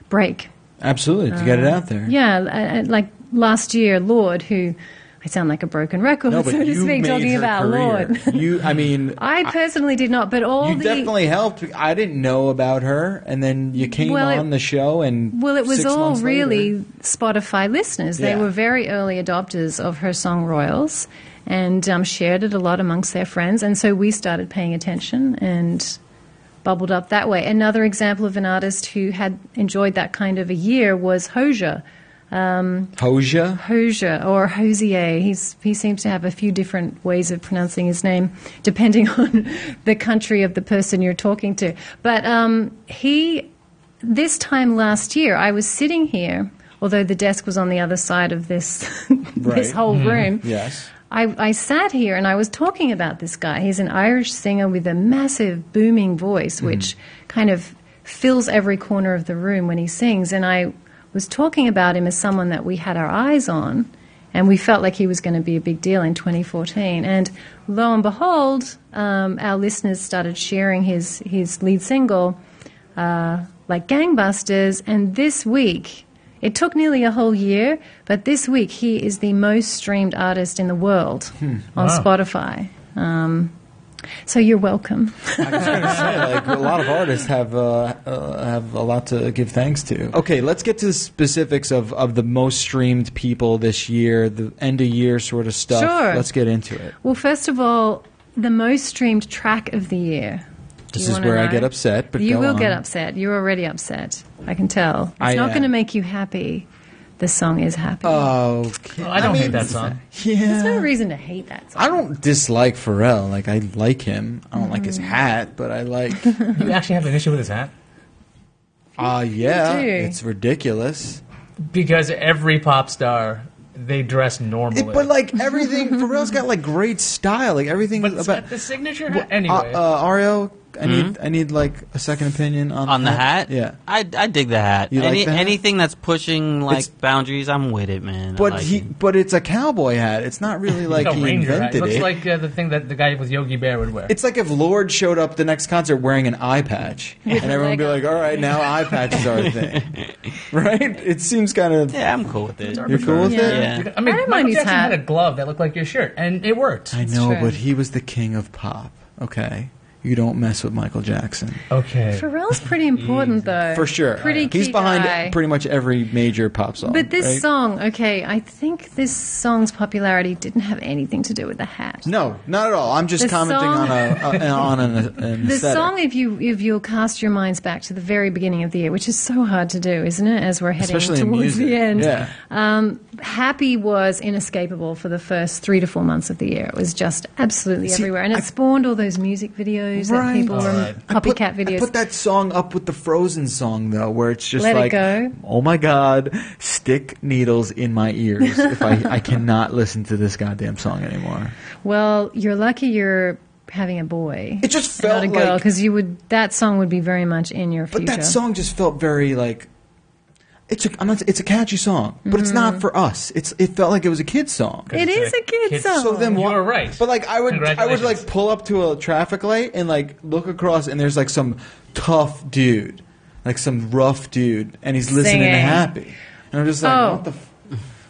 Speaker 3: break.
Speaker 1: Absolutely, to get it out there.
Speaker 3: Yeah, uh, uh, like last year, Lord, who I sound like a broken record,
Speaker 1: No, but
Speaker 3: so to
Speaker 1: you
Speaker 3: speak,
Speaker 1: made
Speaker 3: talking
Speaker 1: her
Speaker 3: about
Speaker 1: career.
Speaker 3: Lord.
Speaker 1: You, I mean,
Speaker 3: <laughs> I personally did not, but all
Speaker 1: you
Speaker 3: the
Speaker 1: definitely helped. I didn't know about her, and then you came
Speaker 3: Well, it-
Speaker 1: on the show, and
Speaker 3: well, it was
Speaker 1: six
Speaker 3: all
Speaker 1: months later-
Speaker 3: really Spotify listeners. They
Speaker 1: Yeah.
Speaker 3: were very early adopters of her song Royals and um, shared it a lot amongst their friends, and so we started paying attention and bubbled up that way. Another example of an artist who had enjoyed that kind of a year was Hozier.
Speaker 1: Hoja.
Speaker 3: Hosier or Hosier. He's, he seems to have a few different ways of pronouncing his name, <laughs> depending on the country of the person you're talking to. But um, he, this time last year, I was sitting here, although the desk was on the other side of this, <laughs>
Speaker 1: Right.
Speaker 3: this whole room.
Speaker 1: Yes.
Speaker 3: I, I sat here and I was talking about this guy. He's an Irish singer with a massive, booming voice, which kind of fills every corner of the room when he sings. And I was talking about him as someone that we had our eyes on, and we felt like he was going to be a big deal in 2014. And lo and behold, um, our listeners started sharing his, his lead single, uh, like gangbusters. And this week, it took nearly a whole year, but this week he is the most streamed artist in the world
Speaker 1: Hmm.
Speaker 3: on
Speaker 2: Wow.
Speaker 3: Spotify. Um, so you're welcome.
Speaker 1: Yeah, like a lot of artists have uh, uh, have a lot to give thanks to. Okay, let's get to the specifics of, of the most streamed people this year, the end of year sort of stuff.
Speaker 3: Sure.
Speaker 1: Let's get into it.
Speaker 3: Well, first of all, the most streamed track of the year.
Speaker 1: This
Speaker 3: You
Speaker 1: is
Speaker 3: wanna
Speaker 1: where I
Speaker 3: know?
Speaker 1: get upset, but
Speaker 3: you
Speaker 1: go
Speaker 3: will
Speaker 1: on.
Speaker 3: get upset. You're already upset. I can tell. It's
Speaker 1: I
Speaker 3: not
Speaker 1: am. Oh.
Speaker 3: going to make you happy. The song is happy.
Speaker 1: Okay.
Speaker 2: I don't
Speaker 1: mean,
Speaker 2: hate that song.
Speaker 3: There's no
Speaker 1: Yeah.
Speaker 3: reason to hate that song.
Speaker 1: I don't dislike Pharrell. Like I like him. I don't like his
Speaker 2: Mm.
Speaker 1: hat, but I
Speaker 2: <laughs>
Speaker 1: like.
Speaker 2: You actually have an issue with his hat?
Speaker 1: Ah, yeah,
Speaker 3: do.
Speaker 1: it's ridiculous.
Speaker 2: Because every pop star, they dress
Speaker 1: It-
Speaker 2: normally.
Speaker 1: but like everything, Pharrell's got like great style. Like everything
Speaker 2: But it's
Speaker 1: about
Speaker 2: got the signature
Speaker 1: Well,
Speaker 2: hat. Anyway.
Speaker 1: uh, uh, Ariel, I need I need like a second opinion on
Speaker 4: Hmm? on the hat,
Speaker 1: Yeah,
Speaker 4: I, I dig the hat.
Speaker 1: You like the hat?
Speaker 4: Anything that's pushing like
Speaker 1: It's-
Speaker 4: boundaries, I'm with it, man. I
Speaker 1: but
Speaker 4: like
Speaker 1: he
Speaker 4: it.
Speaker 1: but it's a cowboy hat. It's not
Speaker 2: <laughs>
Speaker 1: really like
Speaker 2: Like a
Speaker 1: he
Speaker 2: ranger hat. It
Speaker 1: invented
Speaker 2: looks
Speaker 1: it.
Speaker 2: like uh, the thing that the guy with Yogi Bear would wear.
Speaker 1: it's like if Lord showed up the next concert wearing an eye
Speaker 3: <laughs>
Speaker 1: patch, and everyone would be like,
Speaker 3: Like a-
Speaker 1: "All right, now eye patches are a
Speaker 4: <laughs>
Speaker 1: thing," right? It seems kind of
Speaker 4: yeah, I'm cool with it.
Speaker 1: you're cool with it.
Speaker 4: Yeah.
Speaker 2: I mean,
Speaker 3: I don't
Speaker 2: Michael
Speaker 3: mind his
Speaker 2: Jackson
Speaker 3: hat.
Speaker 2: had a glove that looked like your shirt, and it worked.
Speaker 1: I know,
Speaker 3: true.
Speaker 1: but he was the king of pop. Okay, you don't mess with Michael Jackson.
Speaker 2: Okay.
Speaker 3: Pharrell's pretty important though.
Speaker 1: Mm. For sure.
Speaker 3: Uh, Pretty
Speaker 1: He's
Speaker 3: key
Speaker 1: behind
Speaker 3: guy.
Speaker 1: pretty much every major pop song.
Speaker 3: But this
Speaker 1: right?
Speaker 3: song, okay, I think this song's popularity didn't have anything to do with the hat.
Speaker 1: No, not at all. I'm just
Speaker 3: The
Speaker 1: commenting
Speaker 3: song-
Speaker 1: on a, a on an, an
Speaker 3: <laughs> The
Speaker 1: aesthetic.
Speaker 3: song, if you if you'll cast your minds back to the very beginning of the year, which is so hard to do, isn't it? As we're heading
Speaker 1: Especially in
Speaker 3: towards
Speaker 1: music,
Speaker 3: the end,
Speaker 1: yeah.
Speaker 3: um, "Happy" was inescapable for the first three to four months of the year. It was just absolutely
Speaker 1: See,
Speaker 3: everywhere, and it
Speaker 1: I-
Speaker 3: spawned all those music videos that
Speaker 1: Right.
Speaker 3: people
Speaker 1: All
Speaker 3: were
Speaker 2: right.
Speaker 1: I put-
Speaker 3: copycat
Speaker 1: I
Speaker 3: videos.
Speaker 1: put that song up with the Frozen song though, where it's just
Speaker 3: Let it
Speaker 1: like,
Speaker 3: go.
Speaker 1: oh my god, stick needles in my ears if I
Speaker 3: <laughs>
Speaker 1: I cannot listen to this goddamn song anymore.
Speaker 3: well, you're lucky you're having a boy.
Speaker 1: It just
Speaker 3: and not
Speaker 1: felt
Speaker 3: a girl
Speaker 1: like-
Speaker 3: because you would that song would be very much in your future.
Speaker 1: But that song just felt very like it's a I'm not, it's a catchy song, but it's
Speaker 3: Mm-hmm.
Speaker 1: not for us. It's it felt like it was a kid's song.
Speaker 3: It is a kid's
Speaker 2: Kids-
Speaker 3: song.
Speaker 1: So then,
Speaker 2: You
Speaker 1: why-
Speaker 2: were right.
Speaker 1: But like, I would, I would
Speaker 2: Congratulations.
Speaker 1: like pull up to a traffic light and like look across, and there's like some tough dude, like some rough dude, and he's listening to
Speaker 3: Singing.
Speaker 1: happy, and I'm just like,
Speaker 3: Oh.
Speaker 1: what the. F-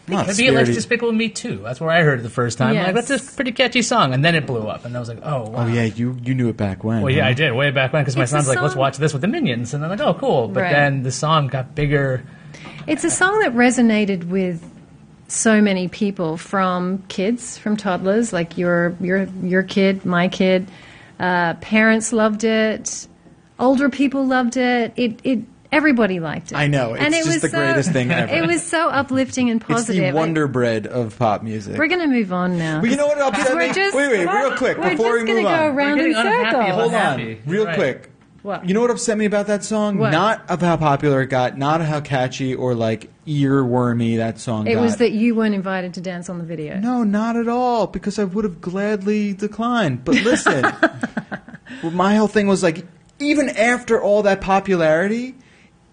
Speaker 1: I'm not
Speaker 2: Maybe it likes
Speaker 1: scared of-
Speaker 2: Despicable Me too. That's where I heard it the first time. Like,
Speaker 3: Yes.
Speaker 2: that's a pretty catchy song. And then it blew up. And I was like, oh, wow.
Speaker 1: Oh yeah, you you knew it back when.
Speaker 2: Well, yeah,
Speaker 1: huh?
Speaker 2: I did way back when because my
Speaker 3: It's a
Speaker 2: son's like, let's
Speaker 3: song-
Speaker 2: watch this with the Minions. And I'm like, oh, cool. But
Speaker 3: Right.
Speaker 2: then the song got bigger.
Speaker 3: It's a song that resonated with so many people, from kids, from toddlers, like your your your kid, my kid. Uh, parents loved it. Older people loved it. It it everybody liked it.
Speaker 1: I know. It's just the greatest thing ever.
Speaker 3: <laughs> It was so uplifting and
Speaker 1: It's
Speaker 3: positive.
Speaker 1: the wonder bread of pop music.
Speaker 3: We're going to move on now.
Speaker 1: Well, you know what upset
Speaker 3: We're
Speaker 1: me?
Speaker 3: just-
Speaker 1: wait, wait, real quick
Speaker 3: We're
Speaker 1: before
Speaker 3: just
Speaker 1: we move
Speaker 3: gonna
Speaker 1: on.
Speaker 3: go around
Speaker 2: We're
Speaker 3: in
Speaker 2: getting unhappy
Speaker 3: circles.
Speaker 2: about
Speaker 1: Hold on,
Speaker 2: Happy.
Speaker 1: real
Speaker 2: Right.
Speaker 1: quick.
Speaker 3: What?
Speaker 1: You know what upset me about that song?
Speaker 3: What?
Speaker 1: Not of how popular it got, not how catchy or like earwormy that song
Speaker 3: It
Speaker 1: got.
Speaker 3: was that you weren't invited to dance on the video.
Speaker 1: No, not at all, because I would have gladly declined. But <laughs> listen, my whole thing was like, even after all that popularity,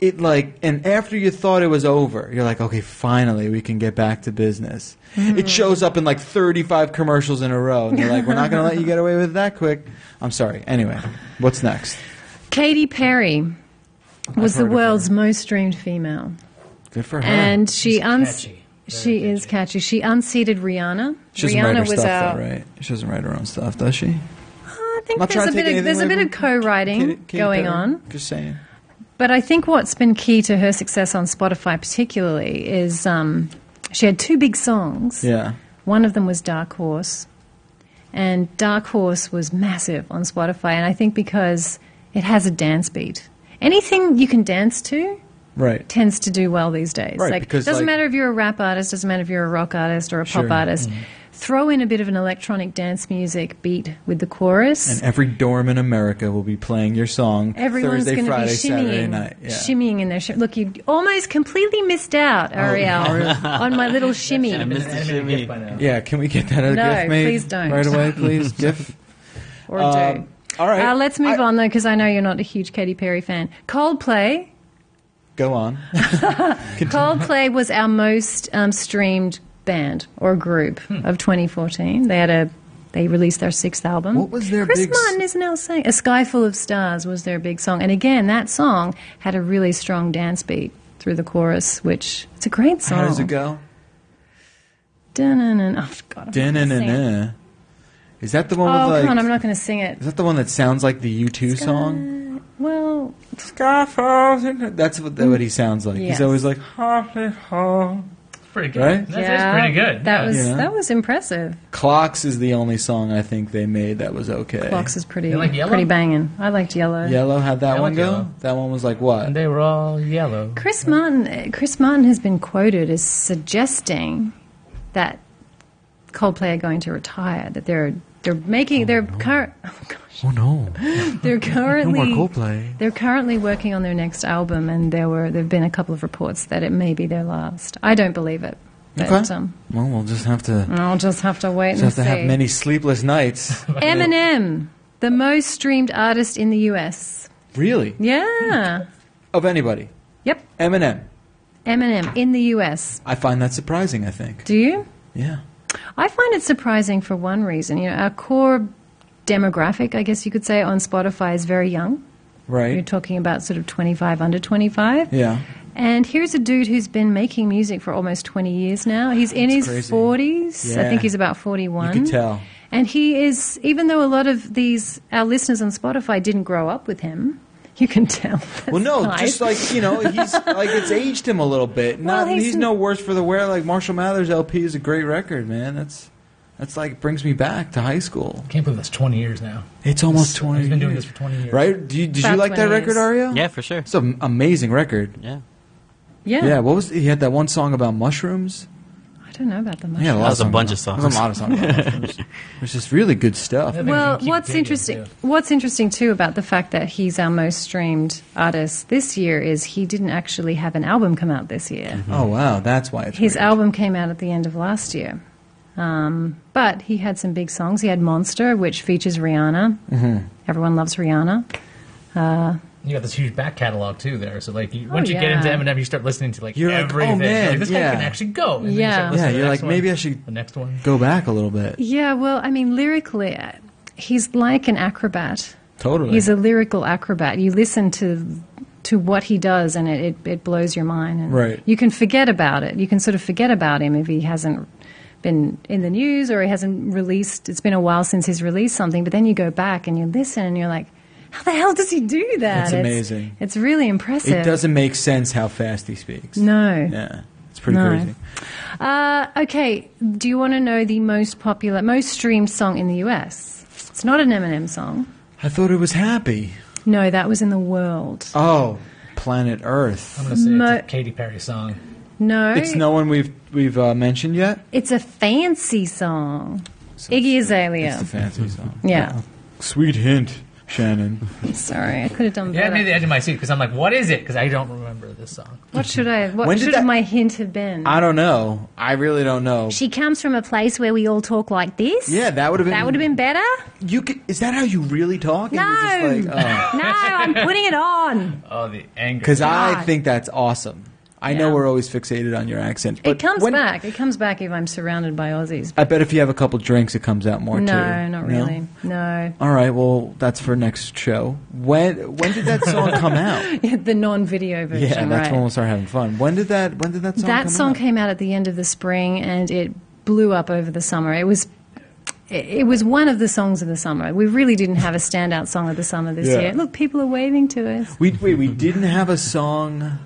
Speaker 1: it like, and after you thought it was over, you're like, okay, finally we can get back to business. It shows up in like 35 commercials in a row, and they're like, we're not going to let you get away with it that quick. I'm sorry. Anyway, what's next?
Speaker 3: Katy Perry was
Speaker 1: heard
Speaker 3: the
Speaker 1: of her. Oh,
Speaker 3: world's most streamed female.
Speaker 1: Good for her.
Speaker 3: and she un-
Speaker 2: catchy. Very
Speaker 3: she is catchy. She unseated Rihanna.
Speaker 1: she doesn't write
Speaker 3: Rihanna
Speaker 1: her
Speaker 3: was
Speaker 1: stuff,
Speaker 3: out.
Speaker 1: though, right? She doesn't write her own stuff, does she?
Speaker 3: I think
Speaker 1: Not
Speaker 3: there's
Speaker 1: trying
Speaker 3: a
Speaker 1: to take
Speaker 3: bit
Speaker 1: anything
Speaker 3: of there's a
Speaker 1: away
Speaker 3: bit of
Speaker 1: from
Speaker 3: co-writing
Speaker 1: Katy- Katy
Speaker 3: going
Speaker 1: Perry.
Speaker 3: on.
Speaker 1: Just saying.
Speaker 3: But I think what's been key to her success on Spotify, particularly, is um, she had two big songs.
Speaker 1: Yeah.
Speaker 3: One of them was Dark Horse, and Dark Horse was massive on Spotify. And I think because it has a dance beat, anything you can dance to
Speaker 1: Right.
Speaker 3: tends to do well these days.
Speaker 1: Right,
Speaker 3: like,
Speaker 1: because,
Speaker 3: doesn't
Speaker 1: like-
Speaker 3: matter if you're a rap artist, doesn't matter if you're a rock artist or a
Speaker 1: Sure. Mm-hmm.
Speaker 3: pop artist. Throw in a bit of an electronic dance music beat with the chorus.
Speaker 1: And every dorm in America will be playing your song
Speaker 3: Everyone's
Speaker 1: Thursday,
Speaker 3: going to be
Speaker 1: Friday, Saturday
Speaker 3: shimmying,
Speaker 1: night. Yeah.
Speaker 3: shimmying in their shim. Look, you almost completely missed out,
Speaker 1: Oh.
Speaker 3: Ariel,
Speaker 1: <laughs>
Speaker 3: on my little shimmy.
Speaker 4: I missed the
Speaker 2: Animated
Speaker 4: shimmy.
Speaker 2: GIF by now.
Speaker 1: Yeah, can we get that a
Speaker 3: No,
Speaker 1: GIF made
Speaker 3: please don't.
Speaker 1: right
Speaker 3: <laughs>
Speaker 1: away, please? GIF.
Speaker 3: Or
Speaker 1: Um,
Speaker 3: do.
Speaker 1: all right.
Speaker 3: Uh, let's move
Speaker 1: I-
Speaker 3: on though, because I know you're not a huge Katy Perry fan. Coldplay.
Speaker 1: Go on.
Speaker 3: Coldplay was our most um, streamed band or group
Speaker 1: Hmm.
Speaker 3: of 2014. They had a they released their sixth album.
Speaker 1: What was their
Speaker 3: Chris
Speaker 1: big s-
Speaker 3: Martin is now saying "A Sky Full of Stars" was their big song, and again that song had a really strong dance beat through the chorus, which it's a great song.
Speaker 1: How does it go?
Speaker 3: Dun-dun-dun. Oh God, I'm not gonna sing it.
Speaker 1: Da-na-na-na. Is that the one
Speaker 3: Oh
Speaker 1: with like?
Speaker 3: come on, I'm not going to sing it.
Speaker 1: is that the one that sounds like the U2 song?
Speaker 3: Well,
Speaker 1: Sky falls. in- That's what, that what he sounds like.
Speaker 3: Yes.
Speaker 1: He's always like, "Harley ho."
Speaker 2: Pretty good.
Speaker 1: Right?
Speaker 2: That's,
Speaker 3: yeah,
Speaker 2: that's pretty good.
Speaker 3: That
Speaker 2: yeah.
Speaker 3: was
Speaker 1: Yeah.
Speaker 3: that was impressive.
Speaker 1: Clocks is the only song I think they made that was okay.
Speaker 3: Box is pretty
Speaker 2: You like Yellow?
Speaker 3: pretty banging. I liked yellow.
Speaker 1: Yellow, how'd that
Speaker 2: I
Speaker 1: one
Speaker 2: like
Speaker 1: go?
Speaker 2: Yellow.
Speaker 1: That one was like what?
Speaker 2: And they were all yellow.
Speaker 3: Chris Martin, uh, Chris Martin has been quoted as suggesting that Coldplay are going to retire. That they're they're making they're cur- <laughs>
Speaker 1: Oh no!
Speaker 3: they're currently
Speaker 1: Coldplay.
Speaker 3: they're currently working on their next album, and there were there've been a couple of reports that it may be their last. I don't believe it, but
Speaker 1: Okay.
Speaker 3: um,
Speaker 1: Well, we'll just have to.
Speaker 3: I'll just have to wait
Speaker 1: Just
Speaker 3: and
Speaker 1: have to
Speaker 3: see.
Speaker 1: have many sleepless nights.
Speaker 3: Eminem, the most streamed artist in the U.S.
Speaker 1: really? <laughs>
Speaker 3: Yeah.
Speaker 1: Of anybody.
Speaker 3: Yep.
Speaker 1: Eminem.
Speaker 3: Eminem in the U.S.
Speaker 1: I find that surprising, I think.
Speaker 3: Do you?
Speaker 1: Yeah.
Speaker 3: I find it surprising for one reason. You know, our core demographic, I guess you could say, on Spotify is very young. You're
Speaker 1: Right?
Speaker 3: talking about sort of 25 under 25.
Speaker 1: Yeah.
Speaker 3: And here's a dude who's been making music for almost 20 years now. He's in
Speaker 1: That's
Speaker 3: his
Speaker 1: crazy.
Speaker 3: 40s. I
Speaker 1: Yeah.
Speaker 3: think he's about
Speaker 1: You
Speaker 3: 41.
Speaker 1: could tell.
Speaker 3: And he is, even though a lot of these our listeners on Spotify didn't grow up with him, you can tell.
Speaker 1: Well, no,
Speaker 3: That's
Speaker 1: just
Speaker 3: nice.
Speaker 1: like you know, he's like it's aged him a little bit.
Speaker 3: Well,
Speaker 1: Not
Speaker 3: he's
Speaker 1: he's,
Speaker 3: n-
Speaker 1: no worse for the wear. Like Marshall Mathers LP is a great record, man. That's that's like brings me back to high school.
Speaker 2: Can't believe that's 20 years now.
Speaker 1: It's almost
Speaker 2: He's-
Speaker 1: twenty.
Speaker 2: he's been doing
Speaker 1: years.
Speaker 2: this for 20 years.
Speaker 1: right? Do you, did you
Speaker 3: About
Speaker 1: like that
Speaker 3: 20
Speaker 1: record,
Speaker 3: years.
Speaker 1: Ario?
Speaker 4: Yeah, for sure.
Speaker 1: it's an amazing record.
Speaker 4: Yeah.
Speaker 3: yeah.
Speaker 1: Yeah, what was he had that one song about mushrooms?
Speaker 3: I don't know about the
Speaker 1: He had
Speaker 3: mushroom.
Speaker 1: a lot
Speaker 4: That was a
Speaker 1: of songs about-
Speaker 4: bunch of
Speaker 1: There was a lot of songs about
Speaker 4: <laughs>
Speaker 1: mushrooms. It was just really good stuff.
Speaker 2: Yeah.
Speaker 3: Well,
Speaker 2: Keep
Speaker 3: what's
Speaker 2: digging,
Speaker 3: interesting
Speaker 2: yeah.
Speaker 3: what's interesting too about the fact that he's our most streamed artist this year is he didn't actually have an album come out this year.
Speaker 2: Mm-hmm.
Speaker 1: Oh wow, that's why it's
Speaker 3: His
Speaker 1: weird.
Speaker 3: album came out at the end of last year. Um, but he had some big songs. He had Monster, which features Rihanna. Mm-hmm. Everyone loves Rihanna.
Speaker 2: You got this huge back catalog too there. So like, you, once you get
Speaker 3: Oh, yeah.
Speaker 2: into Eminem, you start listening to like
Speaker 1: You're like,
Speaker 2: everything.
Speaker 1: oh, man,
Speaker 2: You're like, this
Speaker 1: yeah.
Speaker 2: guy can actually go. And then you
Speaker 3: Yeah.
Speaker 2: start listening
Speaker 1: Yeah,
Speaker 2: to the
Speaker 1: you're
Speaker 2: next
Speaker 1: like, maybe
Speaker 2: one,
Speaker 1: I should-
Speaker 2: the next one.
Speaker 1: Go back a little bit.
Speaker 3: Yeah, well, I mean, lyrically, uh, he's like an acrobat.
Speaker 1: Totally.
Speaker 3: He's a lyrical acrobat. You listen to to what he does, and it, it, it blows your mind. And
Speaker 1: Right.
Speaker 3: You can forget about it. You can sort of forget about him if he hasn't been in the news or he hasn't released. It's been a while since he's released something, but then you go back and you listen, and you're like, how the hell does he do that?
Speaker 1: It's amazing.
Speaker 3: It's, really impressive.
Speaker 1: It doesn't make sense how fast he speaks.
Speaker 3: No.
Speaker 1: Yeah. It's pretty
Speaker 3: No.
Speaker 1: crazy.
Speaker 3: Uh, okay. Do you want to know the most popular, most streamed song in the U.S.? It's not an Eminem song.
Speaker 1: I thought it was happy.
Speaker 3: No, that was in the world.
Speaker 1: Oh, planet Earth.
Speaker 2: I'm gonna say
Speaker 3: Mo-
Speaker 2: it's a Katy Perry song.
Speaker 3: No,
Speaker 1: It's no one we've we've uh, mentioned yet.
Speaker 3: It's a fancy song.
Speaker 1: So
Speaker 3: Iggy
Speaker 1: it's the-
Speaker 3: Azalea.
Speaker 1: It's the fancy song.
Speaker 3: Yeah.
Speaker 1: Sweet hint, Shannon.
Speaker 3: Sorry, I could have done
Speaker 2: Yeah, I
Speaker 3: better.
Speaker 2: made the edge of my seat because I'm like, what is it? Because I don't remember this song.
Speaker 3: what should I?
Speaker 1: When
Speaker 3: What
Speaker 1: did
Speaker 3: should
Speaker 1: that-
Speaker 3: my hint have been?
Speaker 1: I don't know. I really don't know.
Speaker 3: she comes from a place where we all talk like this.
Speaker 1: Yeah, that would have been.
Speaker 3: That would have been better.
Speaker 1: You could, is that how you really talk? And
Speaker 3: No,
Speaker 1: You're just like, oh.
Speaker 3: <laughs> no, I'm putting it on.
Speaker 2: Oh, the anger.
Speaker 1: Because I
Speaker 3: God.
Speaker 1: think that's awesome. I know
Speaker 3: Yeah.
Speaker 1: we're always fixated on your accent. But
Speaker 3: It comes
Speaker 1: when-
Speaker 3: back. It comes back if I'm surrounded by Aussies.
Speaker 1: I bet if you have a couple drinks, it comes out more too.
Speaker 3: No, not really. No, <laughs>
Speaker 1: All right. Well, that's for next show. When when did that song come
Speaker 3: <laughs>
Speaker 1: out?
Speaker 3: the non-video version.
Speaker 1: Yeah, that's
Speaker 3: right.
Speaker 1: when we'll start having fun. When did that? When did that song?
Speaker 3: that
Speaker 1: come
Speaker 3: song
Speaker 1: out?
Speaker 3: came out at the end of the spring and it blew up over the summer it was it it was one of the songs of the summer. We really didn't have a standout song of the summer this
Speaker 1: Yeah.
Speaker 3: year. Look, people are waving to us.
Speaker 1: We wait. We didn't have a song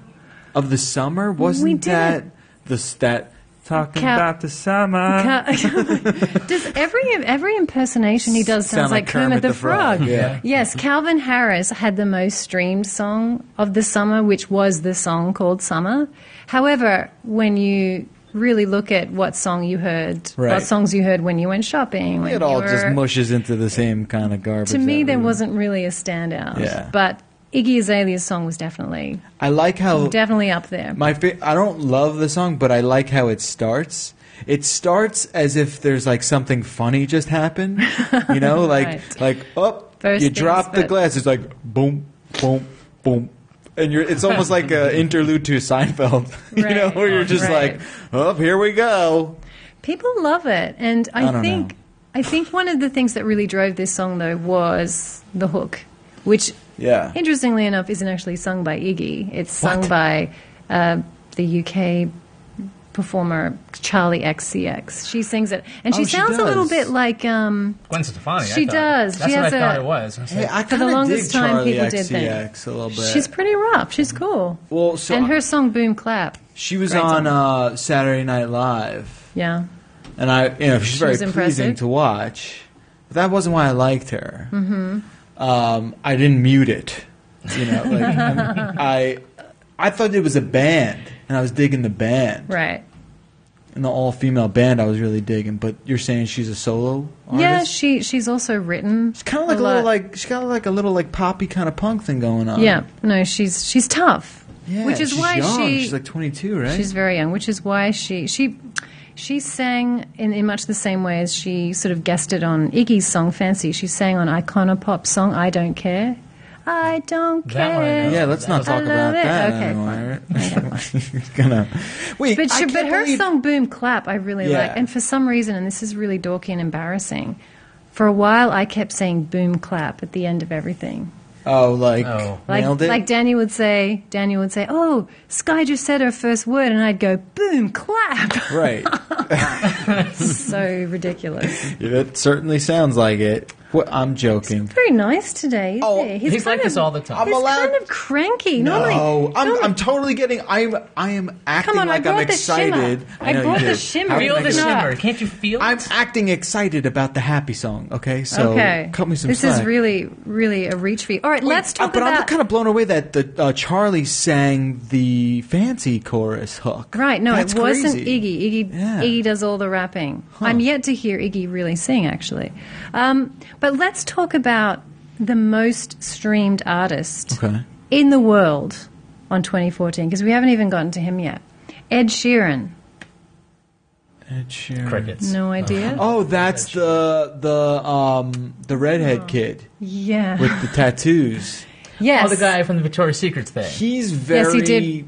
Speaker 1: of the summer. Wasn't
Speaker 3: We did.
Speaker 1: that the s- that talking
Speaker 3: Cap-
Speaker 1: about the summer?
Speaker 3: Ca- <laughs> does every every impersonation he does sounds
Speaker 1: Sound like
Speaker 3: like, Kermit, the, Frog?
Speaker 1: Yeah.
Speaker 3: Yes, Calvin Harris had the most streamed song of the summer, which was the song called "Summer." However, when you really look at what song you heard,
Speaker 1: Right.
Speaker 3: what songs you heard when you went shopping, when
Speaker 1: It all
Speaker 3: you
Speaker 1: just
Speaker 3: were-
Speaker 1: mushes into the same kind of garbage.
Speaker 3: to me,
Speaker 1: that
Speaker 3: there
Speaker 1: we-
Speaker 3: wasn't really a standout.
Speaker 1: Yeah.
Speaker 3: But Iggy Azalea's song was definitely
Speaker 1: I like how
Speaker 3: definitely up there.
Speaker 1: Oh. My fa- I don't love the song, but I like how it starts. It starts as if there's like something funny just happened, you
Speaker 3: <laughs>
Speaker 1: know, like
Speaker 3: Right.
Speaker 1: like oh,
Speaker 3: First
Speaker 1: you
Speaker 3: things
Speaker 1: drop the
Speaker 3: first.
Speaker 1: glass. It's like boom, boom, boom, and you're. It's almost like an
Speaker 3: <laughs>
Speaker 1: interlude to Seinfeld, <laughs> you know,
Speaker 3: Right.
Speaker 1: where you're just
Speaker 3: Right.
Speaker 1: like, oh, here we go.
Speaker 3: People love it, and
Speaker 1: I
Speaker 3: I,
Speaker 1: don't
Speaker 3: think
Speaker 1: know.
Speaker 3: I think one of the things that really drove this song though was the hook, which
Speaker 1: Yeah.
Speaker 3: interestingly enough isn't actually sung by Iggy. It's sung
Speaker 1: What?
Speaker 3: by uh, the UK performer Charlie XCX. She sings it, and she
Speaker 1: Oh, she
Speaker 3: sounds a little
Speaker 1: does.
Speaker 3: bit like. Um,
Speaker 2: Gwen Stefani. I
Speaker 3: She
Speaker 2: thought.
Speaker 3: does.
Speaker 2: That's
Speaker 3: She
Speaker 2: what
Speaker 3: has
Speaker 2: I thought
Speaker 3: a-
Speaker 2: it was. I was
Speaker 1: Hey,
Speaker 2: like,
Speaker 1: I
Speaker 3: for
Speaker 1: kind
Speaker 3: the
Speaker 1: of
Speaker 3: longest
Speaker 1: dig
Speaker 3: time,
Speaker 1: Charlie
Speaker 3: people did
Speaker 1: XCX
Speaker 3: things.
Speaker 1: a little bit.
Speaker 3: She's pretty rough. She's cool.
Speaker 1: Well, so-
Speaker 3: and her song "Boom Clap."
Speaker 1: she was
Speaker 3: Great
Speaker 1: on
Speaker 3: song.
Speaker 1: uh, Saturday Night Live.
Speaker 3: Yeah.
Speaker 1: and I, you know, she's
Speaker 3: She
Speaker 1: very
Speaker 3: was
Speaker 1: pleasing
Speaker 3: impressive.
Speaker 1: to watch. But that wasn't why I liked her. Mm-hmm. Um, I didn't mute it. You know, like,
Speaker 3: <laughs>
Speaker 1: I'm- I, I thought it was a band, and I was digging the band,
Speaker 3: Right.
Speaker 1: and the all-female band. I was really digging. But you're saying she's a solo artist?
Speaker 3: Yeah, she she's also written.
Speaker 1: she's kind of like a,
Speaker 3: lot.
Speaker 1: little like she's got like a little like poppy kind of punk thing going on.
Speaker 3: yeah. No, she's she's tough,
Speaker 1: Yeah,
Speaker 3: which is
Speaker 1: she's
Speaker 3: why
Speaker 1: young.
Speaker 3: she
Speaker 1: she's like 22, right?
Speaker 3: she's very young, which is why she she she sang in, in much the same way as she sort of guested on Iggy's song "Fancy." She sang on Iconopop's song "I Don't Care." I don't
Speaker 2: That one I
Speaker 3: care.
Speaker 2: know.
Speaker 1: yeah, let's not
Speaker 2: I
Speaker 1: talk
Speaker 3: love
Speaker 1: about
Speaker 3: it.
Speaker 1: that
Speaker 3: Okay,
Speaker 1: anymore. <laughs> gonna wait,
Speaker 3: But,
Speaker 1: I
Speaker 3: she,
Speaker 1: can't
Speaker 3: but her
Speaker 1: believe-
Speaker 3: song "Boom Clap" I really
Speaker 1: Yeah.
Speaker 3: like, and for some reason, and this is really dorky and embarrassing, for a while I kept saying "Boom Clap" at the end of everything.
Speaker 1: Oh, like
Speaker 2: Oh.
Speaker 3: Like,
Speaker 1: nailed it.
Speaker 3: like Danny would say, Danny would say, "Oh, Sky just said her first word," and I'd go, "Boom,
Speaker 1: <laughs>
Speaker 3: clap!" <laughs>
Speaker 1: right.
Speaker 3: so ridiculous.
Speaker 1: <laughs> It certainly sounds like it. What, I'm joking.
Speaker 3: Very nice today. Isn't
Speaker 1: Oh,
Speaker 3: he?
Speaker 2: he's like
Speaker 3: kind
Speaker 2: this
Speaker 3: of-
Speaker 2: all the time.
Speaker 1: I'm
Speaker 3: He's
Speaker 1: allowed-
Speaker 3: kind of cranky. Normally,
Speaker 1: No, I'm,
Speaker 3: normally-
Speaker 1: I'm totally getting. I'm I am acting
Speaker 3: Come on, I
Speaker 1: like
Speaker 3: brought
Speaker 1: am
Speaker 3: the
Speaker 1: excited.
Speaker 3: shimmer.
Speaker 1: I,
Speaker 3: I
Speaker 1: know you
Speaker 3: brought the
Speaker 1: did.
Speaker 3: shimmer.
Speaker 1: How can
Speaker 2: Feel
Speaker 1: I
Speaker 2: the
Speaker 1: get-
Speaker 2: shimmer. Can't you feel
Speaker 1: I'm
Speaker 2: it?
Speaker 1: acting excited about the happy song. Okay, so
Speaker 3: okay.
Speaker 1: cut me some
Speaker 3: This
Speaker 1: slack.
Speaker 3: is really, really a reach for you. All right, let's
Speaker 1: Uh,
Speaker 3: talk
Speaker 1: but
Speaker 3: about.
Speaker 1: I'm kind of blown away that the uh, Charlie sang the fancy chorus hook.
Speaker 3: Right, no,
Speaker 1: That's
Speaker 3: it wasn't
Speaker 1: crazy.
Speaker 3: Iggy. Iggy
Speaker 1: Yeah.
Speaker 3: Iggy does all the rapping. I'm yet to hear Iggy really sing, actually. Um, but let's talk about the most streamed artist
Speaker 1: Okay.
Speaker 3: in the world on 2014, because we haven't even gotten to him yet. Ed Sheeran.
Speaker 1: Ed Sheeran.
Speaker 2: Crickets.
Speaker 3: No idea?
Speaker 1: Oh, that's the the um the
Speaker 3: Oh.
Speaker 1: redhead kid
Speaker 3: Yeah.
Speaker 1: with the tattoos.
Speaker 3: yes.
Speaker 2: Oh, the guy from the Victoria's Secret thing.
Speaker 1: He's very.
Speaker 3: Yes, he did.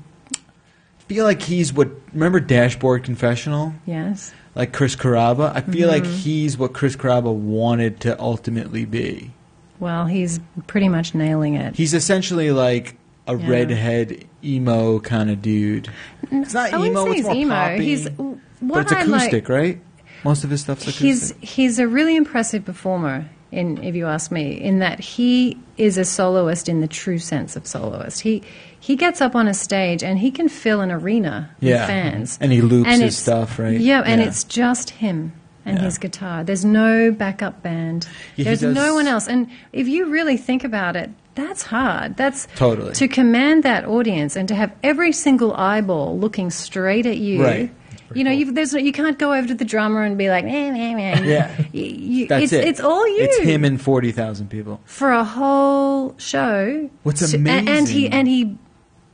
Speaker 1: Feel like he's what? Remember Dashboard Confessional?
Speaker 3: Yes.
Speaker 1: like Chris Caraba. I feel
Speaker 3: Mm-hmm.
Speaker 1: like he's what Chris Caraba wanted to ultimately be.
Speaker 3: Well, he's pretty much nailing it.
Speaker 1: He's essentially like a
Speaker 3: Yeah. Mm,
Speaker 1: redhead emo kind of dude. It's not
Speaker 3: I wouldn't
Speaker 1: emo.
Speaker 3: say
Speaker 1: It's
Speaker 3: he's
Speaker 1: more
Speaker 3: emo.
Speaker 1: poppy.
Speaker 3: He's-
Speaker 1: but
Speaker 3: what
Speaker 1: it's
Speaker 3: I like-
Speaker 1: acoustic, right? Most of his stuff's acoustic.
Speaker 3: He's he's a really impressive performer. In if you ask me, in that he is a soloist in the true sense of soloist. He he gets up on a stage and he can fill an arena
Speaker 1: Yeah.
Speaker 3: with fans,
Speaker 1: And he loops his
Speaker 3: it's-
Speaker 1: stuff, right?
Speaker 3: Yeah, and
Speaker 1: Yeah.
Speaker 3: it's just him and
Speaker 1: Yeah.
Speaker 3: his guitar. There's no backup band.
Speaker 1: he
Speaker 3: There's
Speaker 1: does-
Speaker 3: no one else. And if you really think about it, that's hard. That's
Speaker 1: Totally.
Speaker 3: to command that audience and to have every single eyeball looking straight at you.
Speaker 1: Right.
Speaker 3: You know, you've, there's no, you can't go over to the drummer and be like, meh, meh, meh.
Speaker 1: Yeah.
Speaker 3: You- you-
Speaker 1: That's
Speaker 3: it's,
Speaker 1: it.
Speaker 3: It's all you.
Speaker 1: It's him and forty thousand people.
Speaker 3: for a whole show.
Speaker 1: What's
Speaker 3: To- a- And, he
Speaker 1: amazing-
Speaker 3: and he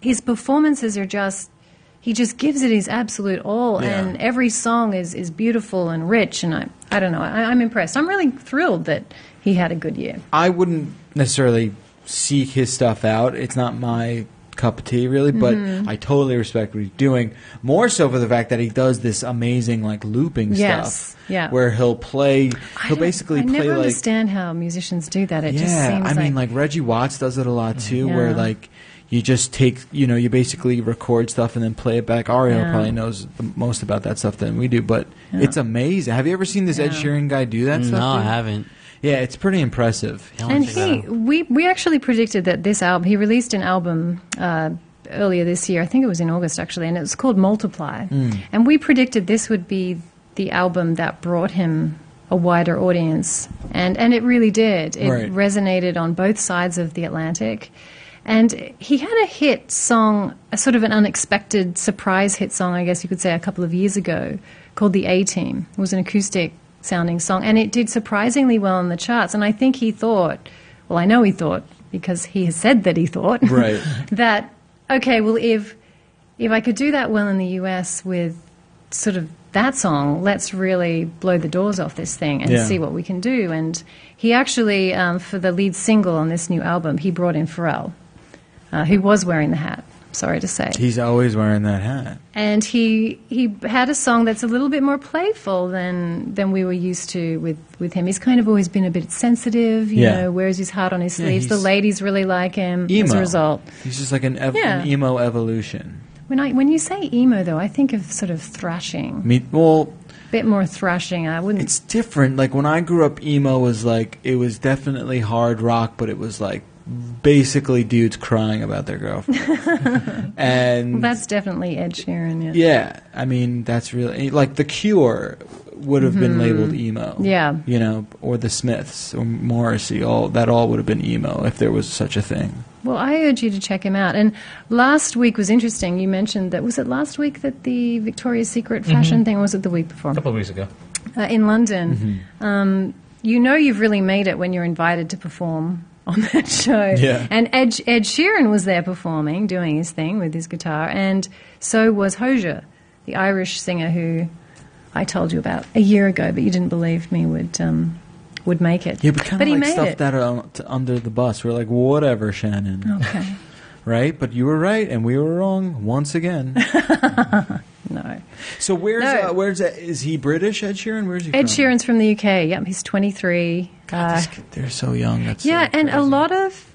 Speaker 3: his performances are just he just gives it his absolute all,
Speaker 1: Yeah.
Speaker 3: and every song is is beautiful and rich. And I I don't know, I, I'm impressed. I'm really thrilled that he had a good year.
Speaker 1: I wouldn't necessarily seek his stuff out. It's not my cup of tea really, but
Speaker 3: Mm-hmm.
Speaker 1: I totally respect what he's doing. More so for the fact that he does this amazing like looping
Speaker 3: Yes,
Speaker 1: stuff.
Speaker 3: yeah.
Speaker 1: Where he'll play
Speaker 3: I
Speaker 1: he'll
Speaker 3: don't-
Speaker 1: basically
Speaker 3: I
Speaker 1: play
Speaker 3: never
Speaker 1: like
Speaker 3: understand how musicians do that. It
Speaker 1: Yeah.
Speaker 3: just seems
Speaker 1: I
Speaker 3: like,
Speaker 1: mean like Reggie Watts does it a lot too, where
Speaker 3: Yeah.
Speaker 1: like you just take you know, you basically record stuff and then play it back. Ariel
Speaker 3: Yeah.
Speaker 1: probably knows the most about that stuff than we do, but
Speaker 3: Yeah.
Speaker 1: it's amazing. Have you ever seen this Ed
Speaker 3: Yeah.
Speaker 1: Sheeran guy do that
Speaker 4: no,
Speaker 1: stuff?
Speaker 4: I
Speaker 1: dude?
Speaker 4: haven't.
Speaker 1: Yeah, it's pretty impressive.
Speaker 4: I don't
Speaker 3: And
Speaker 4: think
Speaker 3: he,
Speaker 4: so.
Speaker 3: we, we actually predicted that this album, he released an album uh, earlier this year, I think it was in August actually, and it was called Multiply. And we predicted this would be the album that brought him a wider audience. And, and it really did. It
Speaker 1: Right.
Speaker 3: resonated on both sides of the Atlantic. And he had a hit song, a sort of an unexpected surprise hit song, I guess you could say, a couple of years ago called The A Team. It was an acoustic sounding song, and it did surprisingly well on the charts. And I think he thought, well, I know he thought, because he has said that he thought,
Speaker 1: Right.
Speaker 3: <laughs> that, okay, well, if, if I could do that well in the US with sort of that song, let's really blow the doors off this thing and
Speaker 1: Yeah.
Speaker 3: see what we can do. And he actually, um, for the lead single on this new album, he brought in Pharrell, uh, who was wearing the hat. Sorry to say,
Speaker 1: He's always wearing that hat.
Speaker 3: and he he had a song that's a little bit more playful than than we were used to with with him. He's kind of always been a bit sensitive, you
Speaker 1: Yeah.
Speaker 3: know, wears his heart on his
Speaker 1: Yeah,
Speaker 3: sleeves. the
Speaker 1: he's-
Speaker 3: ladies really like him
Speaker 1: emo.
Speaker 3: as a result.
Speaker 1: He's just like an, ev-
Speaker 3: Yeah.
Speaker 1: an emo evolution.
Speaker 3: When I when you say emo, though, I think of sort of
Speaker 1: I
Speaker 3: thrashing,
Speaker 1: mean, well,
Speaker 3: a bit more thrashing. I wouldn't.
Speaker 1: it's different. Like when I grew up, emo was like it was definitely hard rock, but it was like basically dudes crying about
Speaker 3: <laughs>
Speaker 1: their girlfriend. and
Speaker 3: that's definitely Ed Sheeran. Yeah.
Speaker 1: yeah, I mean that's really like the Cure would have been labeled emo.
Speaker 3: Mm-hmm. Yeah.
Speaker 1: you know, or the Smiths or Morrissey. All that all would have been emo if there was such a thing.
Speaker 3: Well, I urge you to check him out. And last week was interesting. You mentioned that was it last week that the Victoria's Secret fashion thing, or was it the week before?
Speaker 2: a couple of weeks ago.
Speaker 3: uh, in London.
Speaker 1: Mm-hmm.
Speaker 3: Um, you know you've really made it when you're invited to perform on <laughs> that show.
Speaker 1: Yeah.
Speaker 3: And Ed, Ed Sheeran was there performing, doing his thing with his guitar, and so was Hosier, the Irish singer who I told you about a year ago, but you didn't believe me would um, would make it.
Speaker 1: Yeah, but kind
Speaker 3: But
Speaker 1: of
Speaker 3: he
Speaker 1: like
Speaker 3: made
Speaker 1: stuff
Speaker 3: it.
Speaker 1: that uh, t- under the bus. We're like, whatever, Shannon. <laughs>
Speaker 3: Okay.
Speaker 1: right? But you were right, and we were wrong once
Speaker 3: <laughs>
Speaker 1: again.
Speaker 3: No.
Speaker 1: So where's
Speaker 3: No.
Speaker 1: uh, where's uh, is he British? Ed Sheeran? Where's he? from?
Speaker 3: Ed Sheeran's from the UK. Yep, he's 23.
Speaker 1: God,
Speaker 3: Uh,
Speaker 1: this kid- they're so young. That's
Speaker 3: Yeah,
Speaker 1: so
Speaker 3: and a
Speaker 1: crazy.
Speaker 3: lot of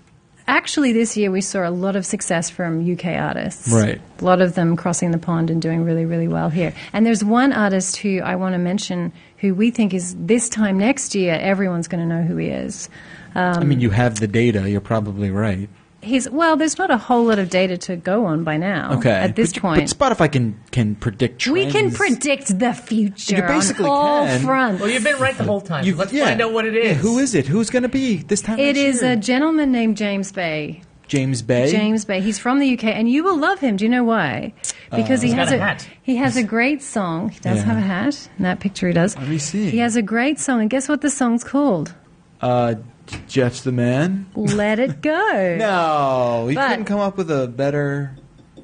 Speaker 3: actually, this year we saw a lot of success from UK artists.
Speaker 1: Right.
Speaker 3: A lot of them crossing the pond and doing really, really well here. And there's one artist who I want to mention who we think is this time next year, everyone's going to know who he is.
Speaker 1: I mean,
Speaker 3: um,
Speaker 1: you have the data. You're probably right.
Speaker 3: He's well. There's not a whole lot of data to go on by now.
Speaker 1: Okay.
Speaker 3: um, At this
Speaker 1: But you- but
Speaker 3: point,
Speaker 1: Spotify can can predict trends.
Speaker 3: we can predict the future
Speaker 1: You basically
Speaker 3: on all
Speaker 1: can.
Speaker 3: fronts.
Speaker 2: Well, you've been right the whole time.
Speaker 1: You-
Speaker 2: Let's
Speaker 1: yeah.
Speaker 2: find out what it is.
Speaker 1: Yeah, who is it? Who's going to be this time? next
Speaker 3: It is
Speaker 1: year?
Speaker 3: a gentleman named James Bay.
Speaker 1: James Bay.
Speaker 3: James Bay. He's from the UK, and you will love him. Do you know why?
Speaker 1: Uh,
Speaker 3: Because he
Speaker 2: He's
Speaker 3: has
Speaker 2: got a hat.
Speaker 3: he has a great song. He does
Speaker 1: Yeah.
Speaker 3: have a hat. In that picture, he does.
Speaker 1: Let me see.
Speaker 3: He has a great song, and guess what the
Speaker 1: <laughs>
Speaker 3: song's called?
Speaker 1: Uh, J- Jeff's the man.
Speaker 3: Let It Go.
Speaker 1: No, you
Speaker 3: But-
Speaker 1: couldn't come up with a better.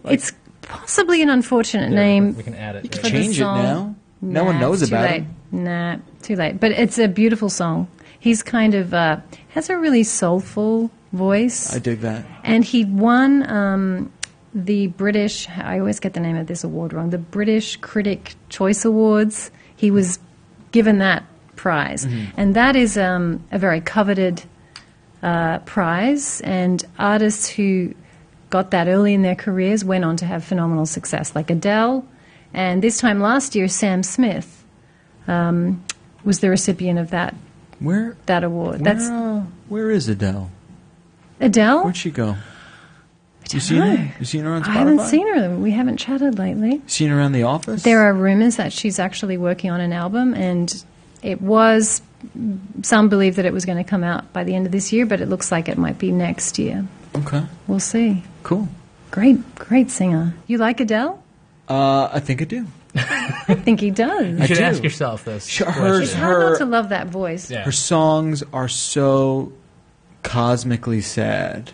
Speaker 3: it's possibly an unfortunate name.
Speaker 2: We can add it.
Speaker 3: for the
Speaker 1: Change it
Speaker 3: song.
Speaker 1: now? No one
Speaker 3: Nah,
Speaker 1: knows
Speaker 3: it's too
Speaker 1: about
Speaker 3: late.
Speaker 1: it.
Speaker 3: Nah, too late. But it's a beautiful song. He's kind of uh, has a really soulful voice,
Speaker 1: I dig that.
Speaker 3: and he won um, the British. I always get the name of this award wrong. The British Critic Choice Awards. He was given that prize, and that is um, a very coveted uh, prize. And artists who got that early in their careers went on to have phenomenal success, like Adele. And this time last year, Sam Smith um, was the recipient of that
Speaker 1: Where?
Speaker 3: that award.
Speaker 1: where,
Speaker 3: That's
Speaker 1: uh, where is Adele?
Speaker 3: Adele.
Speaker 1: Where'd she go? You seen
Speaker 3: know.
Speaker 1: her? You seen her on Spotify?
Speaker 3: I haven't seen her. We haven't chatted lately.
Speaker 1: Seen her around the office?
Speaker 3: There are rumors that she's actually working on an album, and it was. Some believe that it was going to come out by the end of this year, but it looks like it might be next year.
Speaker 1: Okay,
Speaker 3: We'll see.
Speaker 1: cool.
Speaker 3: Great, great singer. You like Adele?
Speaker 1: Uh, I think I do.
Speaker 3: I think he
Speaker 1: <laughs>
Speaker 3: does.
Speaker 2: You should
Speaker 1: do.
Speaker 2: ask yourself this.
Speaker 1: Sure,
Speaker 2: question.
Speaker 3: It's hard
Speaker 1: her-
Speaker 3: not to love that voice.
Speaker 2: Yeah.
Speaker 1: Her songs are so cosmically sad,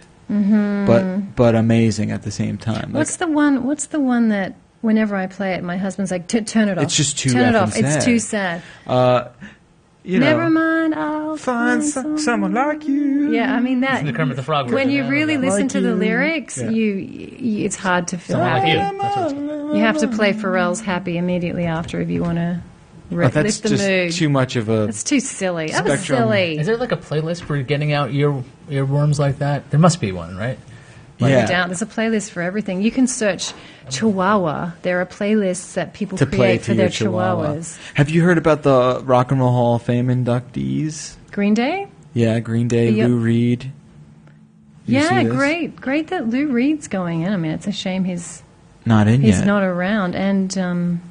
Speaker 1: but but amazing at the same time. Like,
Speaker 3: Mm-hmm. What's the one? What's the one that whenever I play it, my husband's like, "T- "Turn it off."
Speaker 1: It's just too
Speaker 3: Turn it
Speaker 1: effing
Speaker 3: off.
Speaker 1: sad."
Speaker 3: It's too sad.
Speaker 1: uh, you
Speaker 3: Never
Speaker 1: know,
Speaker 3: mind. I'll
Speaker 1: find some, someone like you.
Speaker 3: Yeah, I mean that.
Speaker 2: Listen to Kermit the Frog
Speaker 3: when
Speaker 2: version.
Speaker 3: you really
Speaker 2: Like
Speaker 3: listen to the
Speaker 1: you.
Speaker 3: lyrics,
Speaker 1: Yeah.
Speaker 3: you, you it's hard to feel
Speaker 2: Someone
Speaker 3: happy.
Speaker 2: like you. That's what it's-
Speaker 3: You have to play Pharrell's "Happy" immediately after if you want to
Speaker 1: Oh,
Speaker 3: re-
Speaker 1: that's
Speaker 3: lift the
Speaker 1: just
Speaker 3: mood.
Speaker 1: too much of a.
Speaker 3: That's too silly. That was
Speaker 1: Spectrum.
Speaker 3: silly.
Speaker 2: Is there like a playlist for getting out ear earworms like that? There must be one, right?
Speaker 3: Put
Speaker 1: yeah.
Speaker 3: it down. There's a playlist for everything. You can search Chihuahua. There are playlists that people
Speaker 1: to play
Speaker 3: create
Speaker 1: to
Speaker 3: for
Speaker 1: your
Speaker 3: their
Speaker 1: chihuahua.
Speaker 3: chihuahuas.
Speaker 1: Have you heard about the Rock and Roll Hall of Fame inductees?
Speaker 3: Green Day?
Speaker 1: Yeah, Green Day,
Speaker 3: Yep.
Speaker 1: Lou Reed. Did you
Speaker 3: yeah,
Speaker 1: see this?
Speaker 3: great. Great that Lou Reed's going in. I mean, it's a shame he's
Speaker 1: Not in
Speaker 3: he's
Speaker 1: yet.
Speaker 3: not around. And um,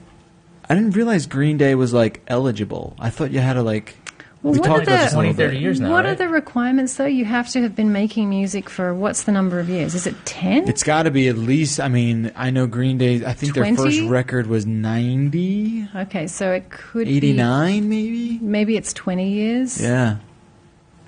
Speaker 1: I didn't realize Green Day was like eligible. I thought you had to like.
Speaker 3: Well,
Speaker 1: we
Speaker 3: what
Speaker 1: talked
Speaker 3: are
Speaker 1: about
Speaker 3: the-
Speaker 1: this a little
Speaker 2: 20, 30
Speaker 1: bit.
Speaker 2: years now.
Speaker 3: what
Speaker 2: right?
Speaker 3: are the requirements, though? You have to have been making music for what's the number of years? Is it 10?
Speaker 1: It's got to be at least. I mean, I know Green Day. I think their first
Speaker 3: 20?
Speaker 1: record was 90,
Speaker 3: okay, so it could be.
Speaker 1: 89 maybe.
Speaker 3: Maybe it's 20 years.
Speaker 1: Yeah,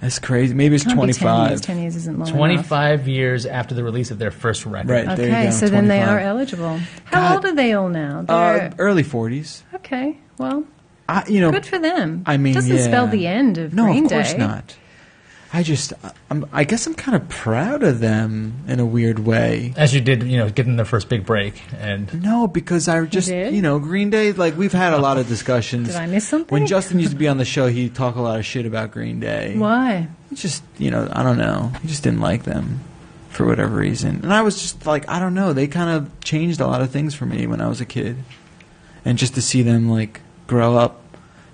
Speaker 1: that's crazy. Maybe it's
Speaker 3: Can't be 10 years.
Speaker 1: 25.
Speaker 3: 10 years isn't long enough.
Speaker 2: 25 years after the release of their first record.
Speaker 1: Right. There you
Speaker 3: Okay,
Speaker 1: go,
Speaker 3: so then they
Speaker 1: 25.
Speaker 3: are eligible. How
Speaker 1: God.
Speaker 3: old are they all now?
Speaker 1: Uh,
Speaker 3: They're,
Speaker 1: early 40s.
Speaker 3: okay, well,
Speaker 1: I, you know,
Speaker 3: good for them.
Speaker 1: I mean,
Speaker 3: doesn't
Speaker 1: yeah.
Speaker 3: spell the end of
Speaker 1: no,
Speaker 3: Green
Speaker 1: of course
Speaker 3: Day.
Speaker 1: not. I just, I'm, I guess I'm kind of proud of them in a weird way.
Speaker 2: As you did, you know, getting their first big break. And
Speaker 1: No, because I just
Speaker 3: did?
Speaker 1: you know Green Day. Like we've had a lot of discussions.
Speaker 3: Did I miss something?
Speaker 1: When Justin used to be on the show, he'd talk a lot of shit about Green Day.
Speaker 3: Why?
Speaker 1: He just you know I don't know. He just didn't like them for whatever reason. And I was just like I don't know. They kind of changed a lot of things for me when I was a kid, and just to see them like grow up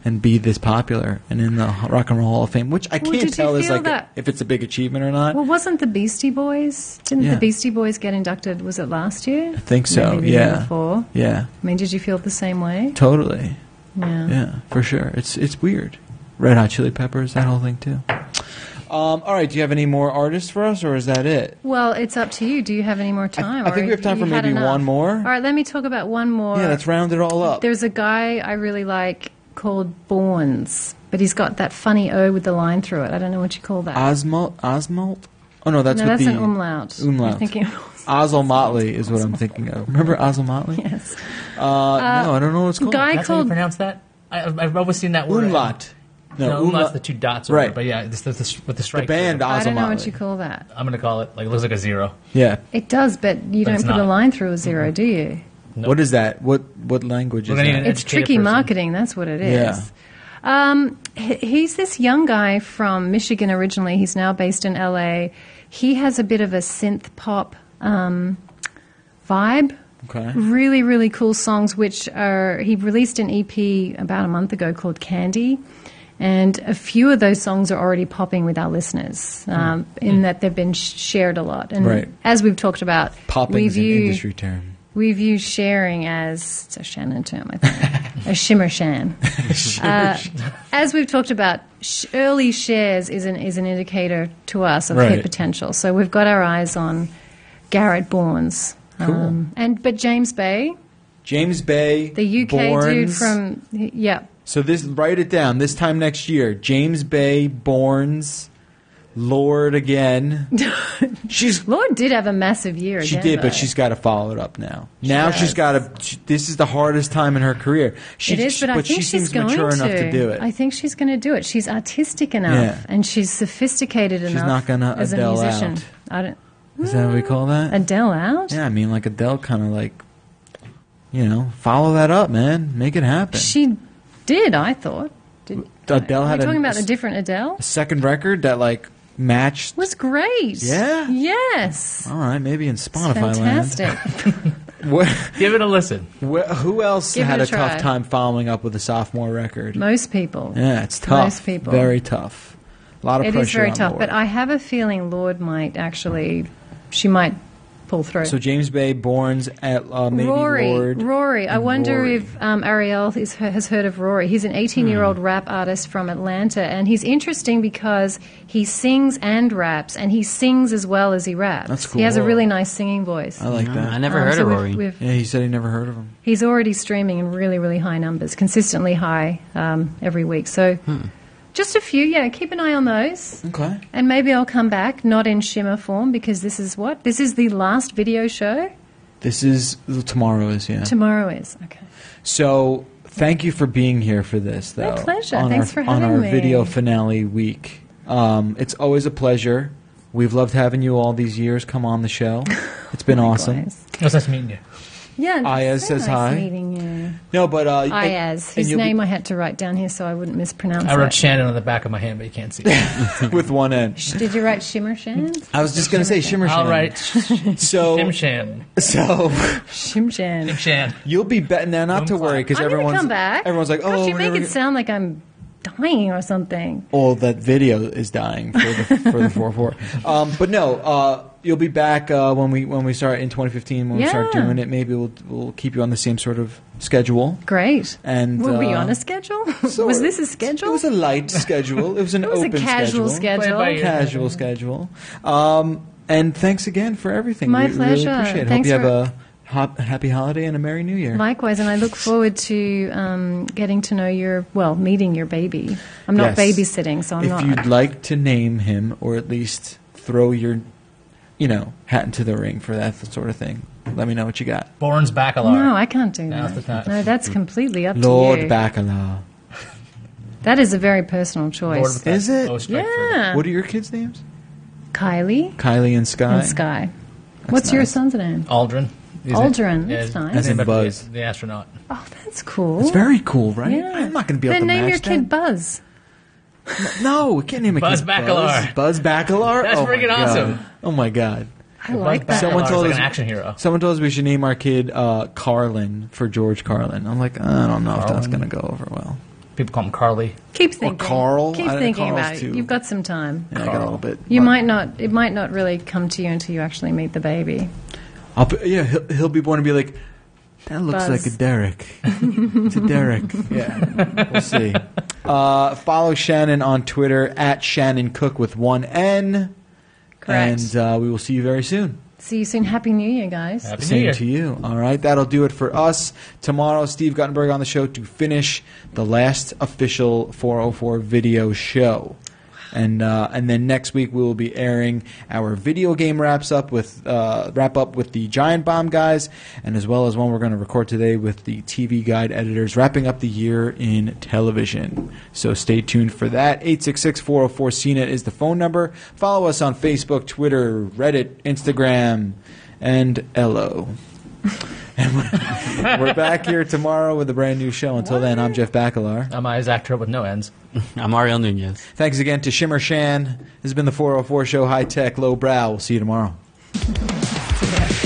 Speaker 1: and be this popular and in the Rock and Roll Hall of Fame, which I
Speaker 3: Well,
Speaker 1: can't
Speaker 3: did you
Speaker 1: tell is
Speaker 3: feel
Speaker 1: like a-
Speaker 3: that-
Speaker 1: if it's a big achievement or not.
Speaker 3: Well, wasn't the Beastie Boys? Didn't
Speaker 1: Yeah.
Speaker 3: the Beastie Boys get inducted? Was it last year? I
Speaker 1: think so,
Speaker 3: Maybe the
Speaker 1: yeah.
Speaker 3: Year before.
Speaker 1: yeah,
Speaker 3: I mean, did you feel the same way?
Speaker 1: totally.
Speaker 3: Yeah.
Speaker 1: Yeah, for sure. It's it's weird. Red Hot Chili Peppers, that whole thing too. Um, all right, do you have any more artists for us, or is that it?
Speaker 3: Well, it's up to you. Do you have any more time?
Speaker 1: I think
Speaker 3: or
Speaker 1: we have time
Speaker 3: you
Speaker 1: for
Speaker 3: had
Speaker 1: maybe
Speaker 3: enough?
Speaker 1: one more.
Speaker 3: All right, let me talk about one more.
Speaker 1: Yeah, let's round it all up.
Speaker 3: There's a guy I really like called Bournes, but he's got that funny O with the line through it. I don't know what you call that.
Speaker 1: Osmalt, Osmalt. Oh no, Ah, that's
Speaker 3: no,
Speaker 1: with
Speaker 3: that's
Speaker 1: the
Speaker 3: an umlaut.
Speaker 1: Umlaut.
Speaker 3: I'm thinking,
Speaker 1: Ozzel Motley is what I'm thinking of. Remember Ozzel Motley?
Speaker 3: <laughs> yes.
Speaker 1: Uh, no, I don't know what it's called.
Speaker 3: guy
Speaker 2: that's how you
Speaker 3: called
Speaker 2: pronounce that? I, I've I've always seen that word.
Speaker 1: Umlaut.
Speaker 2: No,
Speaker 1: No,
Speaker 2: umlaut's
Speaker 1: Umlaut.
Speaker 2: the two dots.
Speaker 1: Right.
Speaker 2: Right. But yeah, this, this, this, with
Speaker 1: The
Speaker 2: the strike.
Speaker 1: band
Speaker 3: I
Speaker 1: Ozzel
Speaker 3: don't know what
Speaker 1: Motley.
Speaker 3: you call that.
Speaker 2: I'm going to call it, like, it looks like a zero.
Speaker 1: Yeah.
Speaker 3: It does, but you
Speaker 2: But
Speaker 3: don't
Speaker 2: it's
Speaker 3: put a
Speaker 2: not.
Speaker 3: line through a 0 do you?
Speaker 1: What is that? What what language
Speaker 2: We're
Speaker 1: is
Speaker 2: gonna need
Speaker 1: that?
Speaker 2: an-
Speaker 3: It's
Speaker 2: educated
Speaker 3: tricky
Speaker 2: person.
Speaker 3: marketing. That's what it is.
Speaker 1: Yeah.
Speaker 3: Um, he- he's this young guy from Michigan originally. He's now based in LA. He has a bit of a synth pop um, vibe.
Speaker 1: Okay.
Speaker 3: Really, really cool songs, which are. He released an EP about a month ago called Candy, and a few of those songs are already popping with our listeners um, in that they've been sh- shared a lot. And
Speaker 1: Hmm. Right.
Speaker 3: as we've talked about,
Speaker 1: Popping
Speaker 3: we
Speaker 1: is an
Speaker 3: view,
Speaker 1: industry term.
Speaker 3: we view sharing as. It's a Shannon term, I think. a
Speaker 1: <laughs>
Speaker 3: shimmer shan Uh, as we've talked about, sh- early shares is an is an indicator to us of
Speaker 1: Right.
Speaker 3: hit potential. So we've got our eyes on Garrett Bourne's, um, and but James Bay,
Speaker 1: James Bay,
Speaker 3: the UK dude
Speaker 1: Bournes.
Speaker 3: from yeah,
Speaker 1: So this, write it down. This time next year, James Bay, Bournes, Lord
Speaker 3: <laughs>
Speaker 1: again. she's
Speaker 3: Lord did have a massive year.
Speaker 1: she
Speaker 3: again,
Speaker 1: did,
Speaker 3: though.
Speaker 1: but she's got to follow it up now. now she's
Speaker 3: does.
Speaker 1: got to. She, this is the hardest time in her career. She,
Speaker 3: It is,
Speaker 1: she-
Speaker 3: but, I think
Speaker 1: she
Speaker 3: she's
Speaker 1: seems
Speaker 3: going
Speaker 1: mature enough to do it.
Speaker 3: I think she's going to do it. She's artistic enough,
Speaker 1: Yeah.
Speaker 3: and she's sophisticated
Speaker 1: She's
Speaker 3: enough.
Speaker 1: not gonna
Speaker 3: as
Speaker 1: Adele
Speaker 3: a musician.
Speaker 1: out.
Speaker 3: I don't.
Speaker 1: is that what we call that?
Speaker 3: Adele out.
Speaker 1: yeah, I mean, like Adele, kind of like, you know, follow that up, man. Make it happen.
Speaker 3: She did. I thought. Did,
Speaker 1: Adele
Speaker 3: Are
Speaker 1: had
Speaker 3: we talking
Speaker 1: a,
Speaker 3: about a different Adele?
Speaker 1: a second record that like matched.
Speaker 3: was great.
Speaker 1: Yeah? Oh,
Speaker 3: Yes.
Speaker 1: All right, maybe in Spotify
Speaker 3: Fantastic.
Speaker 1: <laughs> land. What,
Speaker 2: Give it a listen.
Speaker 1: wh- who else
Speaker 3: Give it
Speaker 1: had
Speaker 3: a
Speaker 1: a, tough
Speaker 3: try.
Speaker 1: time following up with a sophomore record?
Speaker 3: Most people.
Speaker 1: Yeah, it's tough.
Speaker 3: Most people.
Speaker 1: Very tough. A lot of
Speaker 3: It
Speaker 1: pressure.
Speaker 3: is very
Speaker 1: on
Speaker 3: tough,
Speaker 1: Lorde.
Speaker 3: but I have a feeling Lord might actually, she might pull through.
Speaker 1: So James Bay, Bournes, at uh, maybe
Speaker 3: Rory,
Speaker 1: Lord.
Speaker 3: Rory. I
Speaker 1: and
Speaker 3: wonder
Speaker 1: Rory.
Speaker 3: if um, Ariel is, has heard of Rory. He's an
Speaker 1: Hmm.
Speaker 3: 18-year-old rap artist from Atlanta, and he's interesting because he sings and raps, and he sings as well as he raps.
Speaker 1: That's
Speaker 3: He has a
Speaker 1: cool.
Speaker 3: really nice singing voice.
Speaker 1: I like
Speaker 4: No,
Speaker 1: that.
Speaker 4: I never
Speaker 3: Um,
Speaker 4: heard
Speaker 3: so
Speaker 4: of
Speaker 3: we've-
Speaker 4: Rory.
Speaker 3: we've-
Speaker 1: Yeah, he said he never heard of him.
Speaker 3: He's already streaming in really, really high numbers, consistently high um, every week. So,
Speaker 1: Hmm.
Speaker 3: just a few, yeah. Keep an eye on those,
Speaker 1: Okay.
Speaker 3: and maybe I'll come back, not in shimmer form, because this is what this is the last video show.
Speaker 1: This is tomorrow is yeah.
Speaker 3: Tomorrow is okay.
Speaker 1: So thank you for being here for this, though.
Speaker 3: My pleasure.
Speaker 1: On
Speaker 3: Thanks
Speaker 1: our,
Speaker 3: for
Speaker 1: on
Speaker 3: having
Speaker 1: our
Speaker 3: me.
Speaker 1: video finale week. Um, it's always a pleasure. We've loved having you all these years. Come on the
Speaker 3: <laughs>
Speaker 1: show. It's been awesome.
Speaker 3: Likewise.
Speaker 2: It was nice meeting you.
Speaker 3: Yeah,
Speaker 1: Ayaz
Speaker 3: so
Speaker 1: says hi.
Speaker 3: nice Meeting you,
Speaker 1: No, but uh, and-
Speaker 3: Ayaz,
Speaker 1: and
Speaker 3: whose
Speaker 1: you'll be- <laughs>
Speaker 3: name I had to write down here so I wouldn't mispronounce
Speaker 2: I wrote
Speaker 3: it.
Speaker 2: Shannon on the back of my hand, but you
Speaker 1: <laughs>
Speaker 2: can't see it.
Speaker 1: with one end.
Speaker 3: Sh- Did you write Shimmer Shan?
Speaker 1: I was just gonna say Shimmer.
Speaker 2: All
Speaker 1: Shan.
Speaker 2: right.
Speaker 1: So
Speaker 2: Shim Shan.
Speaker 1: so
Speaker 3: Shim Shan.
Speaker 2: Shan.
Speaker 1: you'll be betting now. Not to worry because
Speaker 3: I'm gonna
Speaker 1: everyone's
Speaker 3: come back.
Speaker 1: everyone's like,
Speaker 3: Gosh,
Speaker 1: oh,
Speaker 3: you
Speaker 1: we're
Speaker 3: make
Speaker 1: never
Speaker 3: it
Speaker 1: gonna-"
Speaker 3: sound like I'm dying or something.
Speaker 1: all that video is dying for the for the four four.
Speaker 3: <laughs>
Speaker 1: Um, but no, uh, you'll be back uh, when we when we start in 2015 when we start
Speaker 3: Yeah.
Speaker 1: doing it. Maybe we'll we'll keep you on the same sort of schedule.
Speaker 3: Great.
Speaker 1: And
Speaker 3: Were we
Speaker 1: uh,
Speaker 3: on
Speaker 1: <laughs>
Speaker 3: a schedule?
Speaker 1: so
Speaker 3: was
Speaker 1: it-
Speaker 3: this a schedule?
Speaker 1: It was a light schedule. It was an
Speaker 3: <laughs> It was a
Speaker 1: open
Speaker 3: casual
Speaker 2: Play it by
Speaker 3: schedule.
Speaker 2: ear.
Speaker 1: Casual schedule. Um, and thanks again for everything.
Speaker 3: My
Speaker 1: we Really
Speaker 3: pleasure.
Speaker 1: appreciate it.
Speaker 3: Thanks
Speaker 1: Hope you
Speaker 3: for-
Speaker 1: have a hop, happy holiday and a merry new year.
Speaker 3: Likewise, and I look forward to um, getting to know your, well, meeting your baby. I'm not
Speaker 1: Yes.
Speaker 3: babysitting, so I'm
Speaker 1: if
Speaker 3: not.
Speaker 1: you'd like to name him or at least throw your you know hat into the ring for that sort of thing let me know what you got
Speaker 2: Born's Bacalar.
Speaker 3: no, I can't do
Speaker 2: Now's the
Speaker 3: that.
Speaker 2: time.
Speaker 3: No, that's completely up
Speaker 1: lord
Speaker 3: to you.
Speaker 1: bacala
Speaker 3: that is a very personal choice.
Speaker 1: Bacala. Is it?
Speaker 3: yeah.
Speaker 1: what are your kids names
Speaker 3: Kylie
Speaker 1: kylie and sky
Speaker 3: and Sky. What's your
Speaker 1: nice.
Speaker 3: son's name?
Speaker 2: Aldrin. He's a-
Speaker 3: Aldrin, that's
Speaker 2: yeah,
Speaker 3: nice.
Speaker 2: he's
Speaker 1: As in
Speaker 2: named after
Speaker 1: Buzz.
Speaker 2: The, the astronaut.
Speaker 3: Oh, that's cool.
Speaker 1: it's very cool right
Speaker 3: yeah.
Speaker 1: i'm not going to be able
Speaker 3: then
Speaker 1: to
Speaker 3: name
Speaker 1: match
Speaker 3: your
Speaker 1: that.
Speaker 3: kid Buzz.
Speaker 1: no we can't name a
Speaker 2: Buzz
Speaker 1: kid
Speaker 2: Bacalar.
Speaker 1: buzz, buzz bacalar
Speaker 2: <laughs> That's
Speaker 1: oh my
Speaker 2: freaking
Speaker 1: God.
Speaker 2: awesome.
Speaker 1: oh my god
Speaker 3: I like that.
Speaker 1: Someone
Speaker 2: Someone
Speaker 1: told
Speaker 2: like
Speaker 1: us-
Speaker 2: an action hero.
Speaker 1: Someone told us we should name our kid uh, Carlin for George Carlin. I'm like, I don't know if that's
Speaker 2: Carlin.
Speaker 1: going to go over well.
Speaker 2: People call him Carly.
Speaker 3: Keep thinking.
Speaker 1: Carl.
Speaker 3: Keep
Speaker 1: I don't-
Speaker 3: thinking
Speaker 1: Carl's
Speaker 3: about it.
Speaker 1: too-
Speaker 3: You've got some time.
Speaker 1: Yeah, I got a little bit.
Speaker 3: You
Speaker 1: but-
Speaker 3: might not. It might not really come to you until you actually meet the baby.
Speaker 1: I'll, be- yeah, he'll, he'll be born and be like, that looks
Speaker 3: Buzz.
Speaker 1: like a
Speaker 3: <laughs>
Speaker 1: Derek. it's a Derek. Yeah, <laughs> we'll see. Uh, follow Shannon on Twitter at Shannon Cook with one N.
Speaker 3: Correct.
Speaker 1: And uh, we will see you very soon.
Speaker 3: See you soon. Happy New Year, guys.
Speaker 2: Happy New
Speaker 1: Same
Speaker 2: Year.
Speaker 1: to you. All right, that'll do it for us. Tomorrow, Steve Guttenberg on the show to finish the last official 404 video show. And uh, and then next week we will be airing our video game wraps up with uh, wrap up with the Giant Bomb guys, and as well as one we're going to record today with the TV Guide editors, wrapping up the year in television. So stay tuned for that. 866-404-CNET E is the phone number. Follow us on Facebook, Twitter, Reddit, Instagram, and Elo. We're back here tomorrow with a brand new show. Until then, I'm Jeff Bacalar.
Speaker 2: I'm Isaac Turp with no ends.
Speaker 4: I'm Ariel Nunez.
Speaker 1: Thanks again to Shimmer oh Shan. This has been the 404 Show, high tech, low brow. We'll see you tomorrow.
Speaker 3: Today.